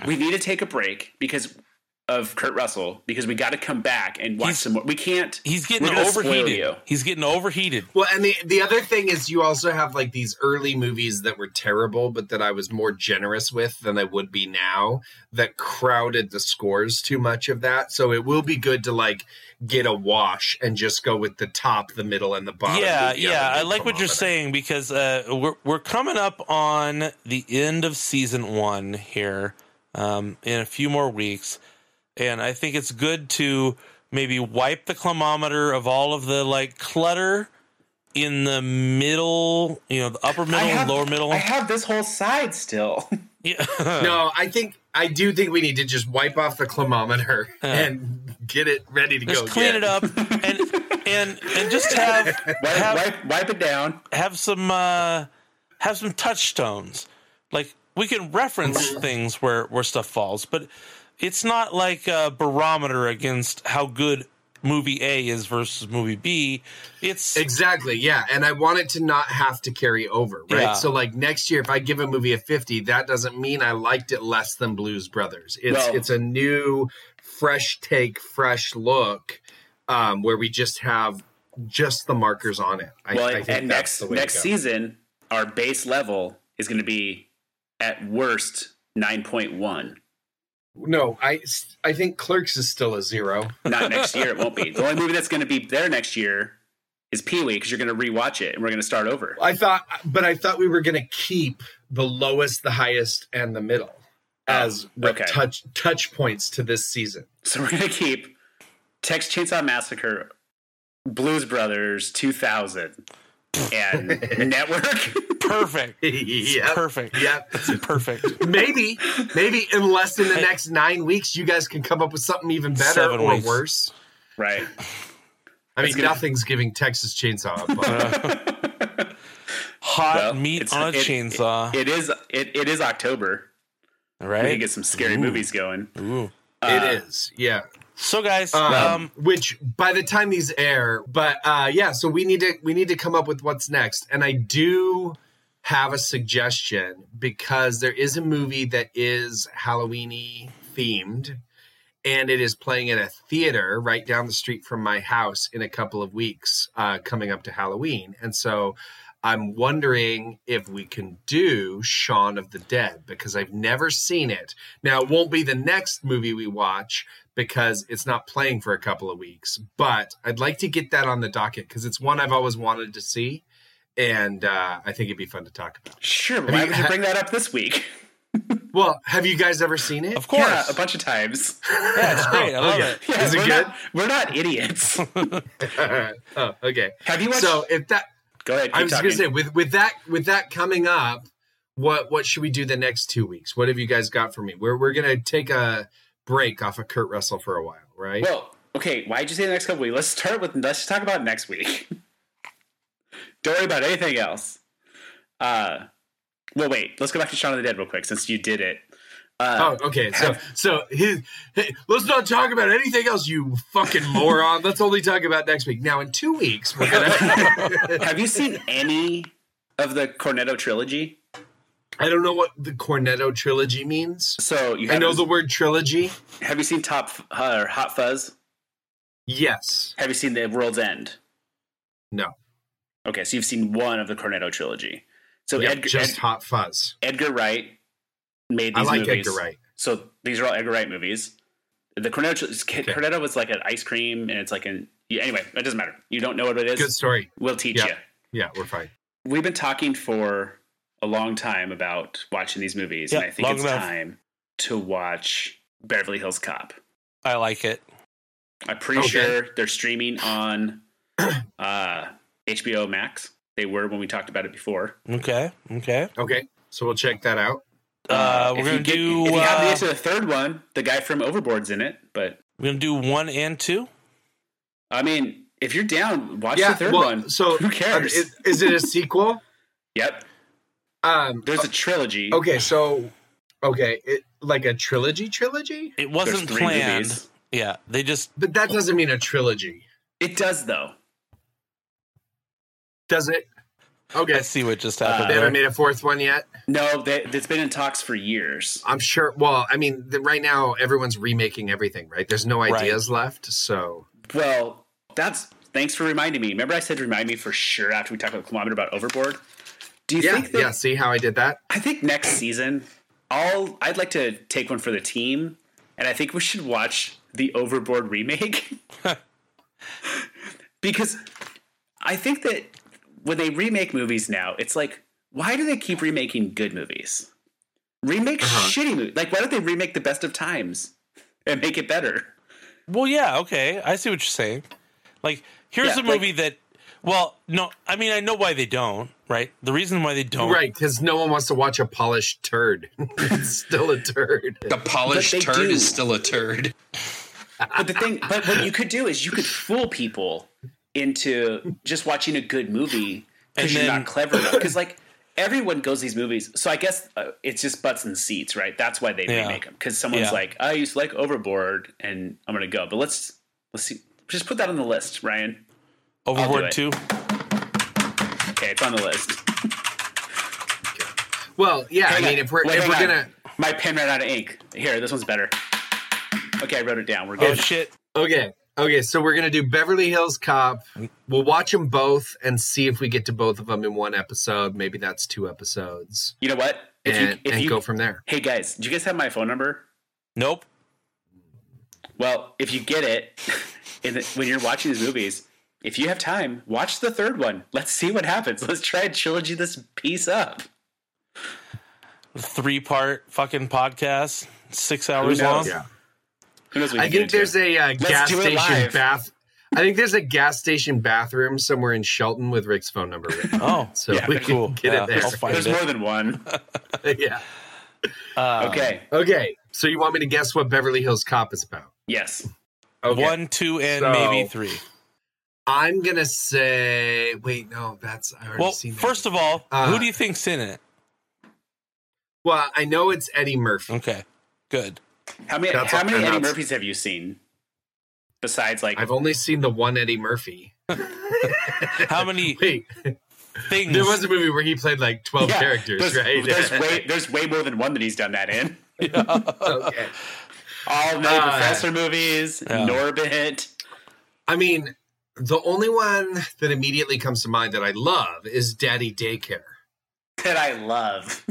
we need to take a break because of Kurt Russell because we got to come back and watch
He's-
some more. We can't.
He's getting
we're gonna spoil
overheated.
you.
He's getting overheated.
Well, and the the other thing is, you also have like these early movies that were terrible, but that I was more generous with than I would be now. That crowded the scores too much of that. So it will be good to like get a wash and just go with the top, the middle, and the bottom.
yeah,
with the
yeah.
other
I like what you're
thermometer.
saying because uh, we're we're coming up on the end of season one here um, in a few more weeks, and I think it's good to maybe wipe the climometer of all of the like clutter in the middle, you know, the upper middle,
have-
lower middle.
I have this whole side still.
yeah.
No, I think I do think we need to just wipe off the climometer and get it ready to
just
go.
clean it
again.
up and and and just have
wipe,
have
wipe, wipe it down.
have some uh have some touchstones like we can reference things where where stuff falls but it's not like a barometer against how good movie a is versus movie b it's
Exactly. Yeah. And I want it to not have to carry over, right?
Yeah.
So like next year if I give a movie a 50, that doesn't mean I liked it less than Blues Brothers. It's
Well-
it's a new fresh take, fresh look um where we just have just the markers on it. I,
well,
I
and, and
that's
next
the way to
next
go.
season, our base level is going to be at worst nine point one.
No, I I think Clerks is still a zero.
Not next year. It won't be. The only movie that's going to be there next year is Pee Wee because you're going to rewatch it and we're going to start over.
I thought, but I thought we were going to keep the lowest, the highest, and the middle as the
Oh, okay.
touch touch points to this season.
So we're going to keep Text Chainsaw Massacre, Blues Brothers 2000, and Network.
Perfect.
yeah,
Perfect.
yeah.
Perfect.
Maybe, maybe unless in the next nine weeks you guys can come up with something even better
Seven
or
weeks.
worse.
right.
I mean,
It's gonna-
nothing's giving Texas Chainsaw. A bump.
Hot
Well,
meat
it's-
on a
it-
chainsaw.
It is it, it is October. We need to
right.
get some scary movies going.
Ooh.
it is, yeah.
So guys,
Um,
um,
which by the time these air, but uh, yeah, so we need to we need to come up with what's next. And I do have a suggestion because there is a movie that is Halloweeny themed, and it is playing at a theater right down the street from my house in a couple of weeks, uh, coming up to Halloween. And so I'm wondering if we can do Shaun of the Dead because I've never seen it. Now it won't be the next movie we watch because it's not playing for a couple of weeks. But I'd like to get that on the docket because it's one I've always wanted to see, and uh, I think it'd be fun to talk about.
Sure. Why
you
would you
ha-
bring that up this week?
Well, have you guys ever seen it? Oh,
of course.
Yeah,
Yeah,
a bunch of times.
it's great. I love it.
Yeah,
Is it
we're
good?
Not, we're not idiots.
oh, okay.
Have you watched?
So if that,
go ahead. Keep
I was
talking.
going to say with with that with that coming up, what what should we do the next two weeks? What have you guys got for me? We're we're gonna take a break off of Kurt Russell for a while, right?
Well, okay. Why'd you say the next couple weeks? Let's start with. Let's talk about next week. Don't worry about anything else. Uh, well, wait. Let's go back to Shaun of the Dead real quick, since you did it. Uh,
Oh, okay. So, so his, hey, let's not talk about anything else, you fucking moron. Let's only talk about next week. Now, in two weeks, we're gonna.
Have you seen any of the Cornetto trilogy?
I don't know what the Cornetto trilogy means.
So you
I know the
haven't-
word trilogy.
Have you seen Top F- uh, or Hot Fuzz?
Yes.
Have you seen The World's End?
No.
Okay, so you've seen one of the Cornetto trilogy. So
Yep,
Edgar,
just
Ed-
hot fuzz.
Edgar Wright made
I
these
like
movies.
Edgar Wright.
So these are all Edgar Wright movies. The Cornetto, tri-
Okay.
Cornetto was like an ice cream, and it's like an yeah, anyway. It doesn't matter. You don't know what it is.
Good story.
We'll teach
Yeah.
you.
Yeah, we're fine.
We've been talking for a long time about watching these movies,
Yeah,
and I think
long
it's
enough.
time to watch Beverly Hills Cop.
I like it.
I'm pretty
Okay.
sure they're streaming on uh, HBO Max. They were when we talked about it before.
Okay. Okay.
Okay, so we'll check that out.
Uh, we're
if
gonna
you get-
do.
If you have
uh,
the, to the third one, the guy from Overboard's in it. But
we're gonna do one and two.
I mean, if you're down, watch the third
well,
one.
So
Who cares?
um, is, is it a sequel?
yep,
Um.
there's a trilogy.
Okay. So. Okay. It, like a trilogy, trilogy,
It
There's
wasn't
three
planned.
movies.
Yeah, they just
but that doesn't mean a trilogy,
It does though.
does it?
I
Okay.
see what just
Uh,
happened.
They haven't
there.
made a fourth one yet.
No, they, it's been in talks for years.
I'm sure. Well, I mean, the, right now everyone's remaking everything, right? There's no
Right.
ideas left, so
Well, that's thanks for reminding me. Remember, I said remind me for sure after we talked about kilometer about Overboard. Do you
yeah,
think that
yeah. See how I did that?
I think next season, I'll I'd like to take one for the team, and I think we should watch the Overboard remake because I think that when they remake movies now, it's like why do they keep remaking good movies? Remake shitty movies. Like why don't they remake the best of times and make it better?
Well, yeah. Okay, I see what you're saying. Like, here's a
Yeah,
movie that. Well, no, I mean I know why they don't. Right, the reason why they don't.
Right, because no one wants to watch a polished turd. it's still a turd.
The polished
But they
turd
do.
is still a turd.
But the thing, but what you could do is you could fool people into just watching a good movie
And
because you're
then-
not clever enough. Because like everyone goes to these movies, so I guess uh, it's just butts and seats, right? That's why they
Yeah.
remake them because someone's
Yeah.
like, "I used to like Overboard, and I'm gonna go." But let's let's see, just put that on the list, Ryan.
Overboard
it.
two.
Okay, it's on the list.
Well, yeah.
Hang
I mean,
on.
if we're
Wait,
if
hang
we're
on.
gonna
my pen ran out of ink. Here, this one's better. Okay, I wrote it down. We're
Oh
good.
shit!
okay, okay. So we're gonna do Beverly Hills Cop. We'll watch them both and see if we get to both of them in one episode. Maybe that's two episodes,
you know what? If
and,
you, if
and
you
go from there.
Hey guys, do you guys have my phone number?
Nope.
Well, if you get it, in the, when you're watching these movies, if you have time, watch the third one. Let's see what happens. Let's try and trilogy this piece up.
Three part fucking podcast, six hours long.
knows?
Yeah.
Who knows what
I
you get
think
into.
there's a uh, gas
do it
station
live.
bath. I think there's a gas station bathroom somewhere in Shelton with Rick's phone number. written.
Oh,
So
Yeah,
we can
cool.
get
Yeah,
it there.
I'll find
There's
it. Um,
more than one.
yeah.
Uh,
Okay.
Okay. So you want me to guess what Beverly Hills Cop is about?
Yes.
Okay.
One, two, and
So-
maybe three.
I'm gonna say. Wait, no, that's I already
Well,
seen. that.
first of all,
Uh,
who do you think's in it?
well, I know it's Eddie Murphy.
Okay, good.
How many?
That's
how
all-
many
and
Eddie
that's-
Murphys have you seen? Besides, like
I've only seen the one Eddie Murphy.
How many
Wait,
things?
there was a movie where he played like 12
Yeah,
characters,
there's,
right?
There's way there's way more than one that he's done that in.
okay.
All the
Uh,
Professor movies,
Ah. Yeah.
Norbit.
I mean, the only one that immediately comes to mind that I love is Daddy
that I love.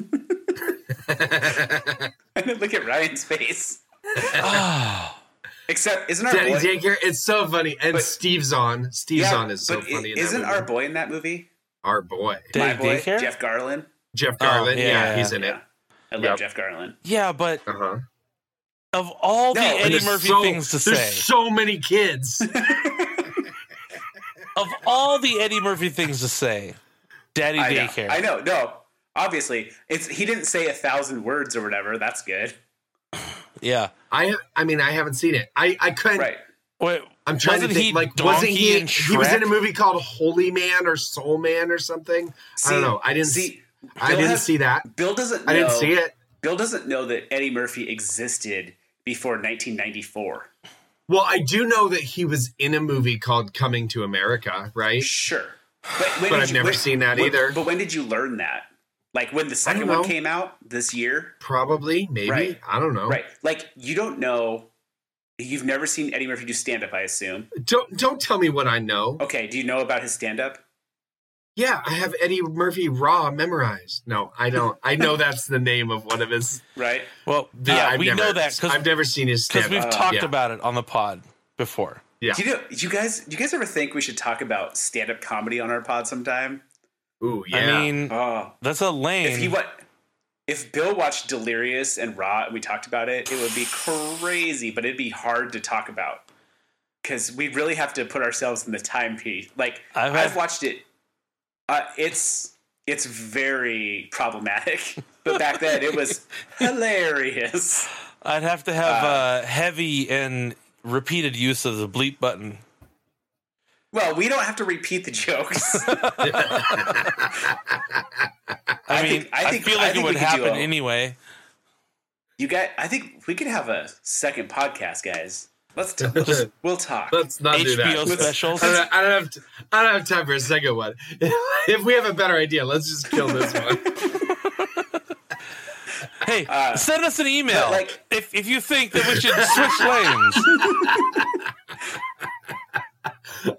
Daycare.
And Look at Ryan's face.
Ah,
Except isn't our
Daddy
boy,
Daycare, it's so funny. And
But-
Steve's on. Steve's on is so
but i-
funny. in that
Isn't
movie.
our boy in that movie?
our boy
My
Daddy
boy,
Daycare?
Jeff Garland.
Jeff Garland?
Oh,
yeah,
yeah, yeah.
he's in it.
Yeah. I love
Yep.
Jeff Garland.
yeah, but
Uh huh.
of all the
No, and
Eddie
there's
Murphy
so-
things to
There's
say,
so many kids.
of all the Eddie Murphy things to say, Daddy
I know.
Daycare.
I know. No, obviously, it's he didn't say a thousand words or whatever. That's good.
Yeah.
I I mean I haven't seen it. I I couldn't.
Right.
Wait,
I'm trying
wasn't
to think.
he
like wasn't
Donkey
he?
in
He was in a
Shrek?
movie called Holy Man or Soul Man or something. I don't know. I didn't see.
see.
I
Bill
didn't
has-
see that.
Bill doesn't. Know,
I didn't see it.
Bill doesn't know that Eddie Murphy existed before 1994.
Well, I do know that he was in a movie called Coming to America, right?
Sure, but, when
But
did
I've never seen that
when-
either.
But when did you learn that? Like when the second
know.
one came out this year,
Probably, maybe.
Right.
I don't know.
right? Like you don't know. You've never seen Eddie Murphy do stand up, I assume.
Don't don't tell me what I know.
Okay, do you know about his stand up?
Yeah, I have Eddie Murphy Raw memorized. No, I don't. I know that's the name of one of his.
Right?
Well,
Yeah,
yeah,
I've
we
never-
know that
I've
because
never seen his stand
we've
uh,
talked
yeah.
about it on the pod before.
Yeah.
Do you know? Do you guys? Do you guys ever think we should talk about stand up comedy on our pod sometime?
Ooh, yeah.
I mean,
Oh,
that's a
if he
lane.
what? If Bill watched Delirious and Raw, and we talked about it, it would be crazy, but it'd be hard to talk about because we really have to put ourselves in the time piece. Like
I've
I've,
had-
watched it. Uh, it's it's very problematic, but back then it was hilarious.
I'd have to have uh, heavy and repeated use of the bleep button.
Well, we don't have to repeat the jokes.
I,
I
mean,
think- I
I,
think-
feel
I
like it
think we
would
could do
happen
a-
anyway.
You guys, I think we could have a second podcast, guys. Let's t- we'll talk.
Let's not do that.
HBO
Let's-
specials.
uh,
I don't, I don't have t- I don't have time for a second one. if we have a better idea, let's just kill this one.
Hey, send us an email
like-
if if you think that we should switch lanes.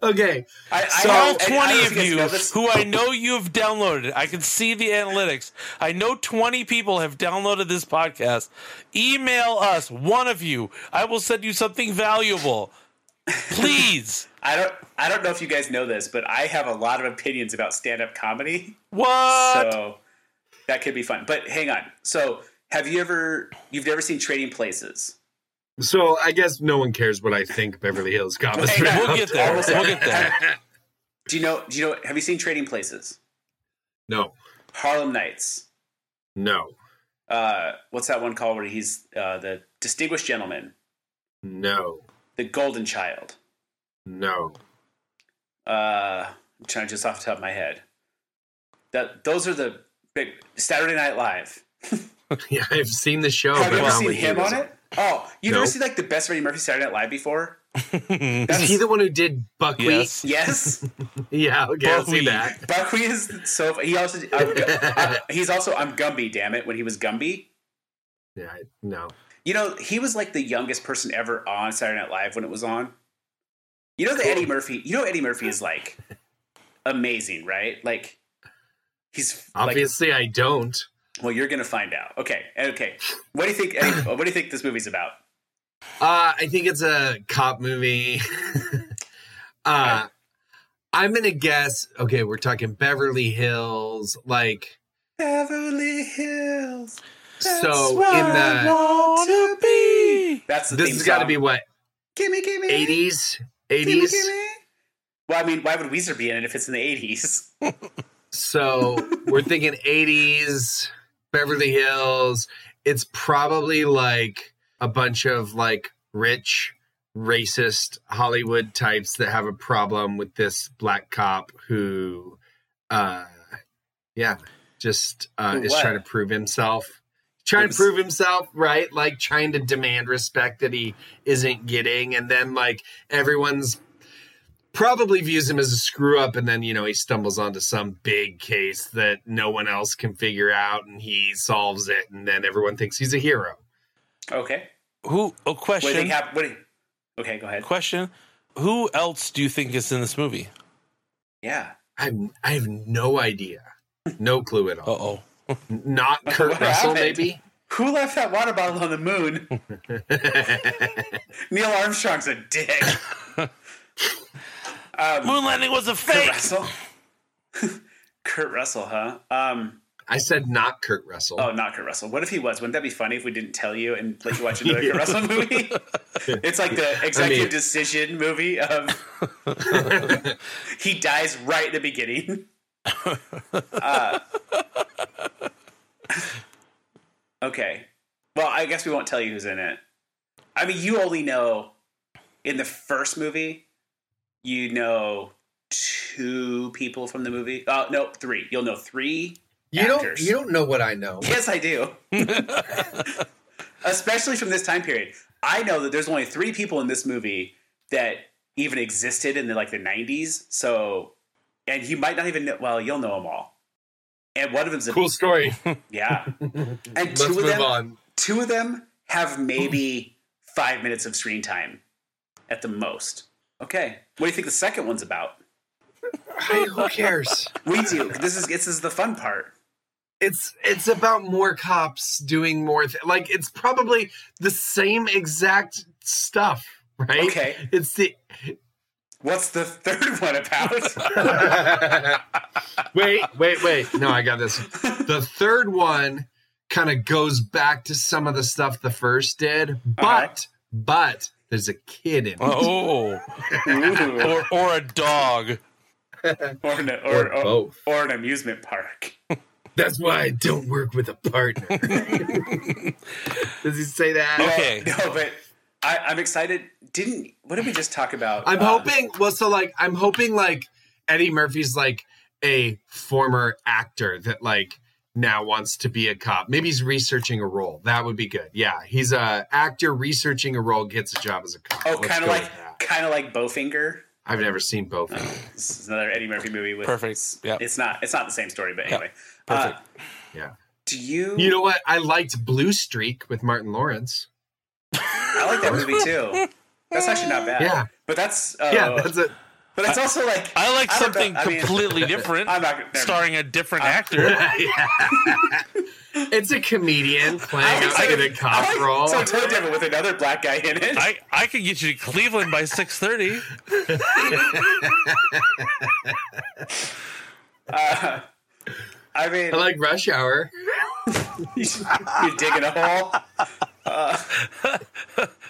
okay.
I, I
So-
know-
All
and I
twenty
don't
of
guys
you
know this-
who I know you have downloaded, I can see the analytics. I know twenty people have downloaded this podcast. Email us, one of you. I will send you something valuable. Please.
I don't I don't know if you guys know this, but I have a lot of opinions about stand-up comedy.
What?
So that could be fun. But hang on. So have you ever you've never seen Trading Places?
So I guess no one cares what I think Beverly Hills Cop is.
Hey,
we'll get there.
Almost
We'll
there.
get there.
Do you know do you know have you seen Trading Places?
No,
Harlem Nights.
no,
Uh what's that one called where he's uh the distinguished gentleman,
no,
the golden child.
no.
Uh I'm trying to just off the top of my head. That those are the big Saturday Night Live.
Yeah, I've seen the show.
have you
but
ever
not
seen
what he
him
was
on it? Oh, you've
No.
never seen like the best of Eddie Murphy Saturday Night Live before?
Is he the one who did Buckwheat?
yes.
Yes,
Yeah, okay, I'll
Buckwheat.
see that.
Buckwheat is so. He also I'm Gu- uh, he's also I'm Gumby. Damn it, when he was Gumby,
Yeah, I- no.
you know he was like the youngest person ever on Saturday Night Live when it was on. You know that Eddie Murphy. You know Eddie Murphy is like amazing, right? Like he's like
Obviously, I don't.
Well, you're going to find out. Okay. Okay. What do you think? Eddie, what do you think this movie's about?
Uh, I think it's a cop movie. uh, I'm gonna guess. Okay, we're talking Beverly Hills, like
Beverly Hills.
so. In the
wanna be. That's the
this
theme
has got to
song.
be what
gimme, gimme,
80s,
gimme,
80s.
gimme. Well, I mean, why would Weezer be in it if it's in the eighties?
So we're thinking 80s, Beverly Hills. It's probably like a bunch of like rich, racist Hollywood types that have a problem with this black cop who, uh, yeah, just uh,
Who
is
what?
trying to prove himself. Trying to
Oops.
prove himself, right? Like trying to demand respect that he isn't getting. And then, like, everyone's probably views him as a screw up and then you know he stumbles onto some big case that no one else can figure out and he solves it and then everyone thinks he's a hero
Okay.
Who? Oh,
What do you
question.
think hap- what do you- okay, go ahead.
question. Who else do you think is in this movie?
Yeah.
i i have no idea no clue at
Uh
all
oh.
not kurt
What
russell
happened?
maybe
Who left that water bottle on the moon? Neil Armstrong's a dick. um,
Moon landing was a
Kurt
fake.
Russell. Kurt Russell, huh? Um,
i said not kurt russell
oh, not Kurt Russell. What if he was? Wouldn't that be funny if we didn't tell you and let you watch another Kurt Russell movie? it's like the executive
mean-
decision movie of he dies right at the beginning. Uh, okay. Well, I guess we won't tell you who's in it. I mean, you only know in the first movie, you know two people from the movie. Oh, no, three. You'll know three.
you don't
actors.
you don't know what i know
Yes, I do. Especially from this time period. I know that there's only three people in this movie that even existed in the, like the 90s. So, and you might not even know, well, you'll know them all. And one of them's a,
cool story
yeah. And
let's
two of
move
them,
on
two of them have maybe five minutes of screen time at the most. Okay. What do you think the second one's about?
Hey, who cares
We do. This is, this is the fun part.
it's it's about more cops doing more th- like it's probably the same exact stuff right
Okay.
it's the
What's the third one about?
wait, wait, wait. No, I got this. The third one kind of goes back to some of the stuff the first did, but but there's a kid in it.
Oh. or or a dog.
or, no,
Or
or, or,
both.
or an amusement park.
That's why I don't work with a partner. Does he say that?
Okay.
No, but I, I'm excited. Didn't what did we just talk about?
I'm
Uh,
hoping. Well, so like, I'm hoping like Eddie Murphy's like a former actor that like now wants to be a cop. Maybe he's researching a role. That would be good. Yeah, he's a actor researching a role, gets a job as a cop.
Oh,
Let's
kind of
go
like
with that.
kind of like Bowfinger.
I've never seen both. of them.
This is another Eddie Murphy movie. With,
Perfect. Yeah.
It's not it's not the same story, but
Yeah.
anyway.
Perfect.
Uh,
Yeah.
Do you?
You know what? I liked Blue Streak with Martin Lawrence.
I like that movie too. That's actually not bad.
Yeah.
But that's uh,
yeah, that's it.
but it's also like
I like
I don't
something
know. I mean-
completely different,
I'm not never-
starring a different actor.
It's a comedian playing
I
a,
like-
in a cop
I like
role.
something totally different with another black guy in it.
I, I could get you to Cleveland by six thirty.
Uh, I mean,
I like Rush Hour.
you're digging a hole. Uh,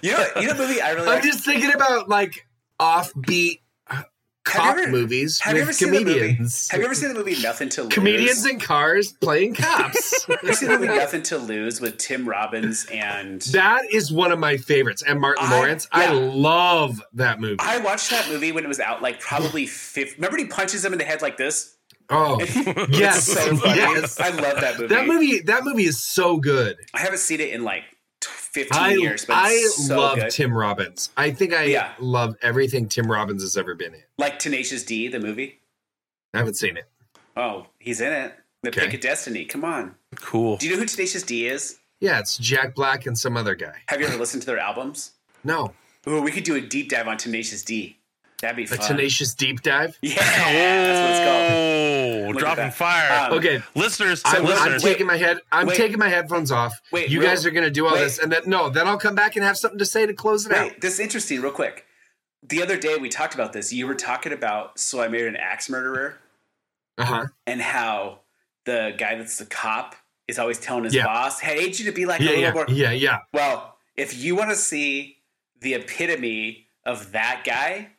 you know, you know, a movie I really
I'm
like.
just thinking about like offbeat uh,
you
cop
ever-
movies
Have you ever
with
seen the movie?
comedians.
Have you ever seen the movie Nothing to Lose?
comedians in cars playing cops.
Have you seen the movie Nothing to Lose with Tim Robbins and?
that is one of my favorites. And Martin
I-
Lawrence, I
yeah.
love that movie.
I watched that movie when it was out, like probably fifth. Remember, when he punches him in the head like this.
oh, yes,
It's so funny.
yes.
I love that movie.
That movie, that movie is so good.
I haven't seen it in like t- fifteen
I,
years, but
I
it's so
love
good.
Tim Robbins. I think I
Yeah.
love everything Tim Robbins has ever been in.
like Tenacious D, the movie.
I haven't seen it.
Oh, he's in it. The
Okay.
Pick of Destiny. Come on.
Cool.
Do you know who Tenacious D is?
Yeah, it's Jack Black and some other guy.
Have you ever listened to their albums?
No,
Ooh, we could do a deep dive on Tenacious D. That'd be
a
fun.
tenacious deep dive.
yeah, that's what it's called.
Whoa,
at
dropping
that.
fire.
Um,
Okay.
listeners,
I'm, I'm
listeners.
taking my head. I'm
Wait.
taking my headphones off.
Wait,
you
real-
guys are gonna do all
wait.
this, and then no, then I'll come back and have something to say to close it out.
Wait, this is interesting, real quick. The other day we talked about this. You were talking about So I Married an Axe Murderer
Uh huh.
and how the guy that's the cop is always telling his
Yeah.
boss, hey, I need you to be like a
Yeah,
little
yeah,
more.
yeah, yeah.
Well, if you want to see the epitome of that guy,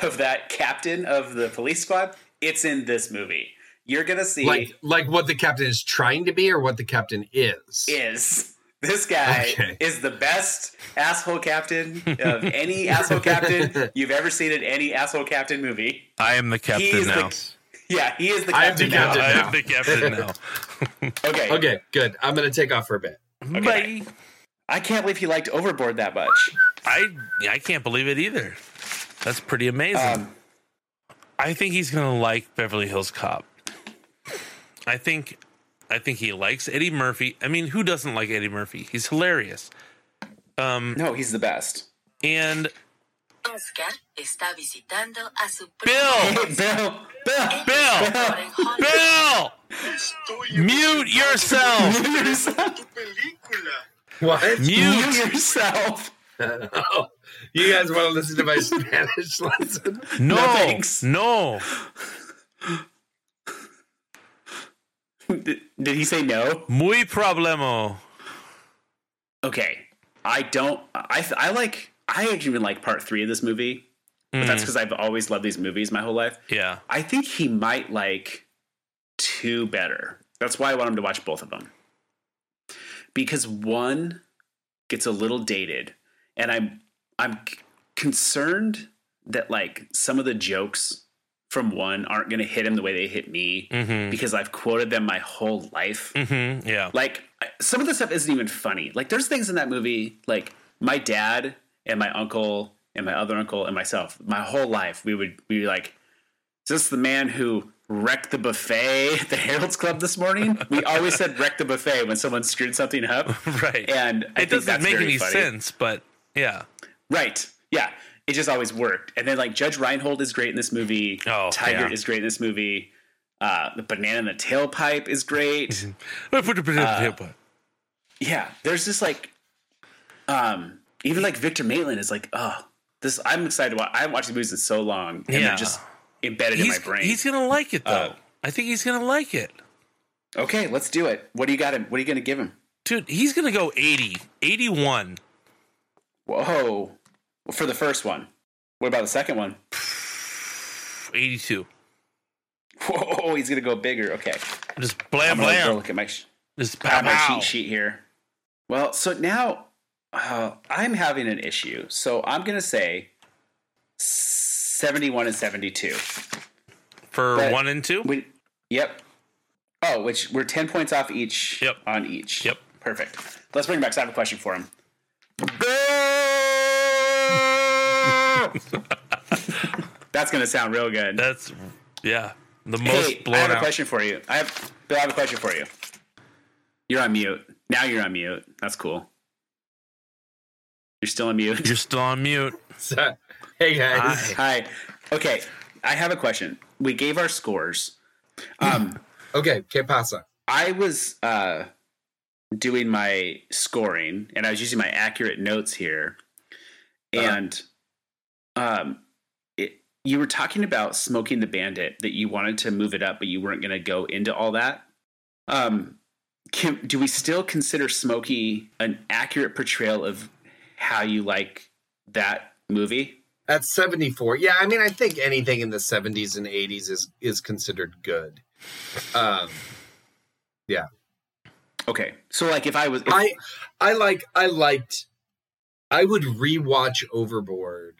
of that captain of the police squad, it's in this movie. You're going to see
Like, like what the captain is trying to be, or what the captain is.
is this guy
Okay.
is the best asshole captain of any asshole captain you've ever seen in any asshole captain movie.
I am the
He
captain
is
now.
the yeah, he is the
I am
captain.
the
now.
captain.
I
now.
am the captain now.
Okay.
Okay, good. I'm gonna take off for a bit.
Bye.
I can't believe he liked Overboard that much.
I I can't believe it either. That's pretty amazing.
Um,
I think he's gonna like Beverly Hills Cop. I think I think he likes Eddie Murphy. I mean, who doesn't like Eddie Murphy? He's hilarious. Um
no, he's the best.
and
Oscar está visitando a su
Bill,
Bill, Bill.
Bill, Bill, mute yourself.
What?
Mute.
yourself.
oh, you guys want to listen to my Spanish lesson?
No,
No, thanks.
no.
Did, did he say no?
Muy problemo.
Okay. I don't. I I like. I actually even like part three of this movie, but
Hmm.
that's because I've always loved these movies my whole life.
Yeah.
I think he might like two better. That's why I want him to watch both of them. Because one gets a little dated and I'm I'm c- concerned that like some of the jokes from one aren't going to hit him the way they hit me
Mm-hmm.
because I've quoted them my whole life.
Mm-hmm. Yeah.
Like I- some of the stuff isn't even funny. Like there's things in that movie like my dad and my uncle and my other uncle and myself. My whole life we would we were like is this the man who wrecked the buffet at the Herald's Club this morning? We always said wreck the buffet when someone screwed something up.
Right.
And I
it
think
doesn't
that's
make
very
any
funny.
sense, but yeah.
Right. Yeah. It just always worked. And then like Judge Reinhold is great in this movie.
Oh,
Tiger
yeah.
is great in this movie. Uh, the banana in the tailpipe is great.
I put a potato chip on.
yeah there's this like um even like victor maitland is like oh this i'm excited to watch i haven't watched these movies in so long and
Yeah.
they're just embedded
He's,
in my brain
he's gonna like it though.
Uh,
I think he's gonna like it.
okay let's do it what do you got him what are you gonna give him
Dude, he's gonna go 80, 81.
whoa Well, for the first one what about the second one
82.
whoa he's gonna go bigger okay
Just blam
i'm gonna go
blam.
look at my, sh-
Just pow
at my
pow.
cheat sheet here well so now uh, i'm having an issue so i'm gonna say 71 and 72
For
But-
one and two?
We, yep. Oh, which we're ten points off each.
Yep.
On each.
Yep.
Perfect. Let's bring him back. 'cause I have a question for him. That's gonna sound real good.
That's yeah. The
hey,
most
I
blown
have a
out.
question for you. I have Bill. I have a question for you. You're on mute now. You're on mute. That's cool. You're still on mute.
You're still on mute.
So, hey guys,
Hi. Okay. I have a question. We gave our scores. Um.
okay, que pasa?
I was uh, doing my scoring and I was using my accurate notes here.
Uh-huh.
And um, it, you were talking about smoking the bandit that you wanted to move it up, but you weren't going to go into all that. Um, can, do we still consider Smokey an accurate portrayal of how you like that movie?
At 74. Yeah, I mean, I think anything in the 70s and 80s is is considered good. Um,
Okay, so like if I was, if-
I I like I liked I would rewatch Overboard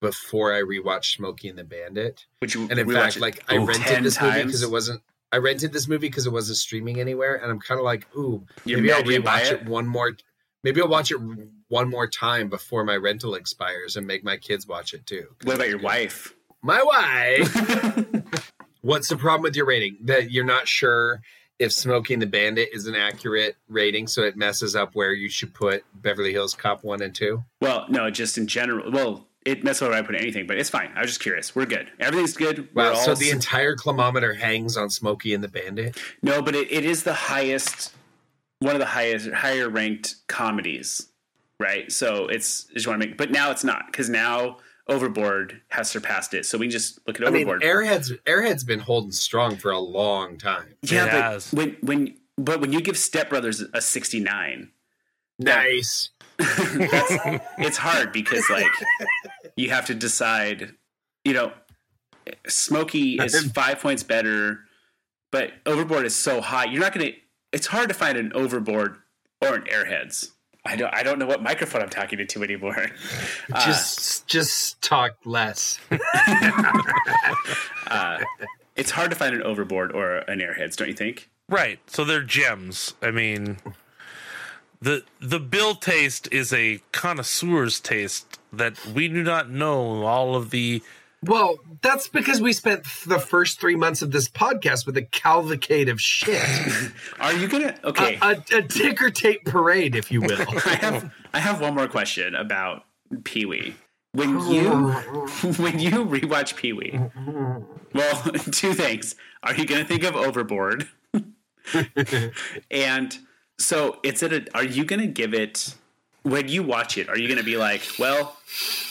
before I rewatched Smokey and the Bandit.
would you?
And in
rewatch
fact,
it?
like I
Ooh,
rented
10
this movie because
times?
it wasn't I rented this movie because it wasn't streaming anywhere, and I'm kind of like, ooh,
You're
maybe I'll
mad you didn't buy
rewatch it?
it?
one more. Maybe I'll watch it one more time before my rental expires and make my kids watch it too.
what about your wife?
My wife. What's the problem with your rating? That you're not sure if Smoking the Bandit is an accurate rating, so it messes up where you should put Beverly Hills Cop one and two.
Well, no, just in general. Well, It that's where I put anything, but it's fine. I was just curious. We're good. Everything's good.
Wow,
We're
so
all
the entire climometer hangs on Smokey and the Bandit.
No, but it, it is the highest, one of the highest, higher ranked comedies, right? So it's I just want to make, but now it's not because now Overboard has surpassed it. So we can just look at
I mean,
Overboard.
Airhead's Airhead's been holding strong for a long time.
yeah, but when when but when you give Step Brothers a sixty nine,
nice.
that's, it's hard because like you have to decide. You know, Smokey is five points better, but Overboard is so high. You're not gonna. It's hard to find an Overboard or an Airheads. I don't. I don't know what microphone I'm talking into anymore. Uh,
just just talk less.
uh, it's hard to find an Overboard or an Airheads, don't you think?
Right. So they're gems. I mean, the the bill taste is a connoisseur's taste that we do not know all of the.
Well, that's because we spent the first three months of this podcast with a cavalcade of shit.
Are you gonna
a,
okay?
a, a ticker tape parade, if you will.
I have I have one more question about Pee Wee. When you when you rewatch Pee Wee, well, two things. Are you going to think of Overboard? and so it's at a. Are you going to give it when you watch it? Are you going to be like, well,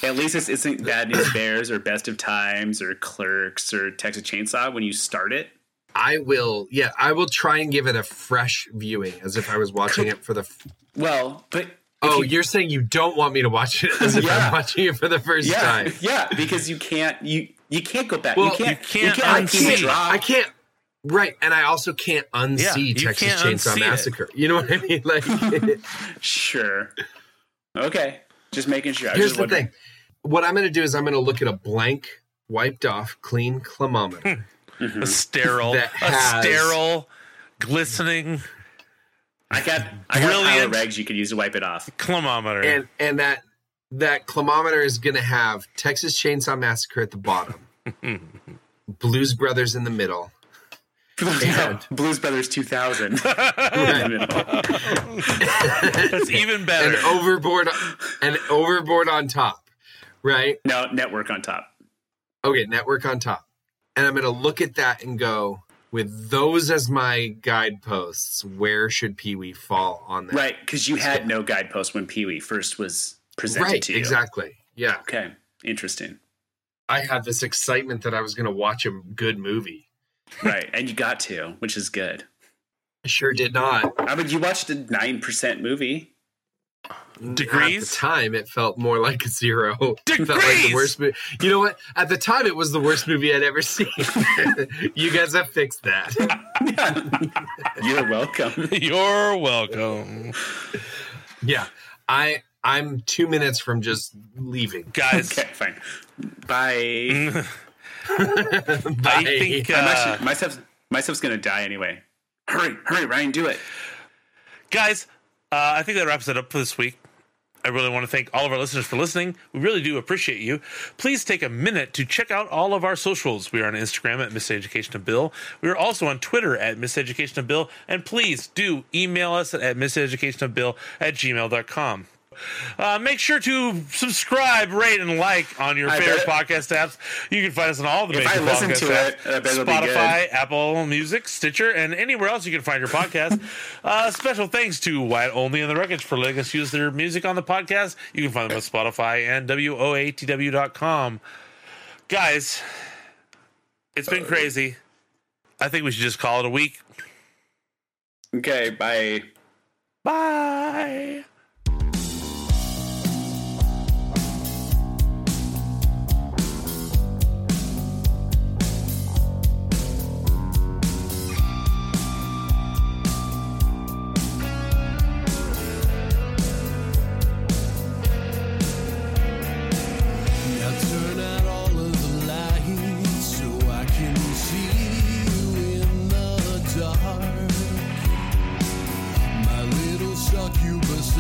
at least this isn't Bad News Bears or Best of Times or Clerks or Texas Chainsaw when you start it?
I will, yeah, I will try and give it a fresh viewing as if I was watching it for the. F-
Well, but
oh, you, are saying you don't want me to watch it as if I'm watching it for the first
yeah,
time.
yeah, because you can't you you can't go back.
Well,
you can't
you can't
I
unsee
can't.
it.
I can't. Right, and I also can't
Yeah,
unsee
you
Texas
can't
Chainsaw
unsee it.
Massacre. You know what I mean? Like,
Sure. Okay. Just making sure. I
here's
just
the
wondering.
thing. What I'm going to do is I'm going to look at a blank, wiped off, clean
Hmm.
climometer.
Hmm.
A sterile,
That
a
has-
sterile, glistening
I got I got a pile
Brilliant.
of rags you could use to wipe it off.
climometer.
and and that that climometer is going to have Texas Chainsaw Massacre at the bottom, Blues Brothers in the middle,
Yeah. Blues Brothers 2000.
Oh, That's even better.
and
oh
overboard and overboard on top, right?
no, network on top.
Okay, network on top, and I'm going to look at that and go with those as my guideposts. Where should Pee Wee fall on that?
Right, because you had no guidepost when Pee Wee first was presented
right,
to you.
exactly. Yeah,
Okay, interesting.
I had this excitement that I was going to watch a good movie.
Right, and you got to, which is good.
I sure did not.
I mean, you watched a 9% movie.
Degrees?
At the time, it felt more like a zero. It felt like
Degrees!
the worst movie. You know what? At the time, it was the worst movie I'd ever seen. you guys have fixed that.
You're welcome.
You're welcome,
Yeah, I I'm two minutes from just leaving.
guys.
okay, fine. Bye.
I
Bye.
think
I'm
uh,
actually, my stuff's, my stuff's going to die anyway. Hurry, hurry, Ryan, do it.
guys uh, i think that wraps it up for this week i really want to thank all of our listeners for listening we really do appreciate you please take a minute to check out all of our socials we are on instagram at miseducation of bill we are also on twitter at miseducation of bill and please do email us at miseducation of bill at gmail.com uh, make sure to subscribe, rate, and like on your
I
favorite
bet-
podcast apps. You can find us on all the major
I listen
podcast
to
apps:
it, I bet it'll be
Spotify, Apple Music, Stitcher, and anywhere else you can find your podcast. uh, special thanks to Wyatt Only and the Wreckage for letting us use their music on the podcast. You can find them on Spotify and woatw.com. Guys, it's
Uh,
been crazy. I think we should just call it a week.
Okay, bye.
Bye.
Now turn out all of the lights so I can see you in the dark. My little succubus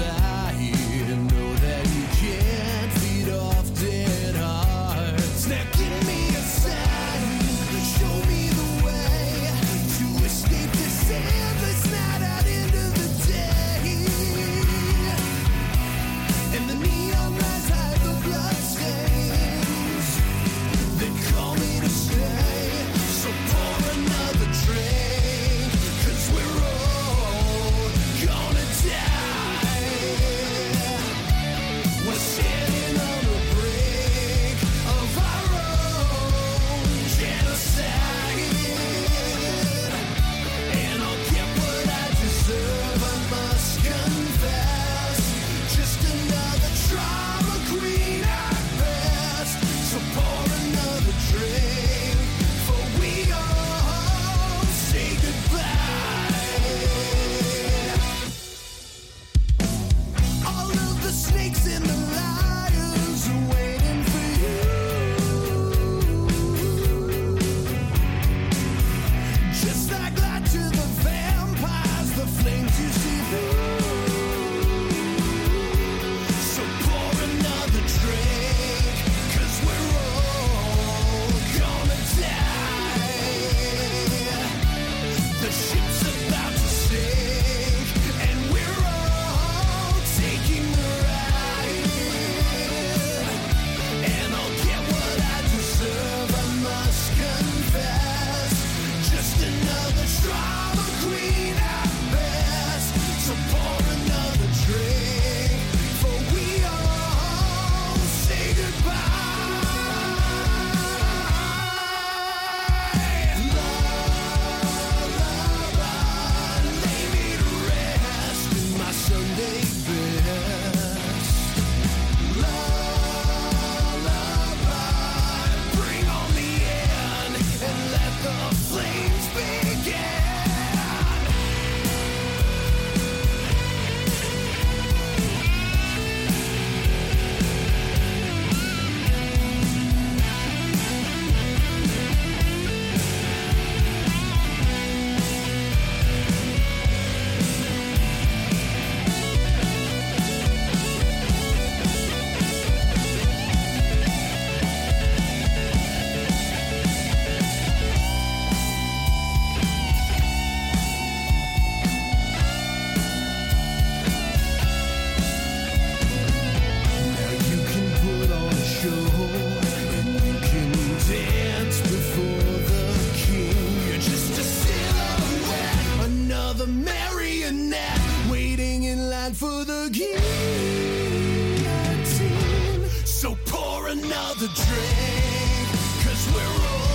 another drink, cause we're all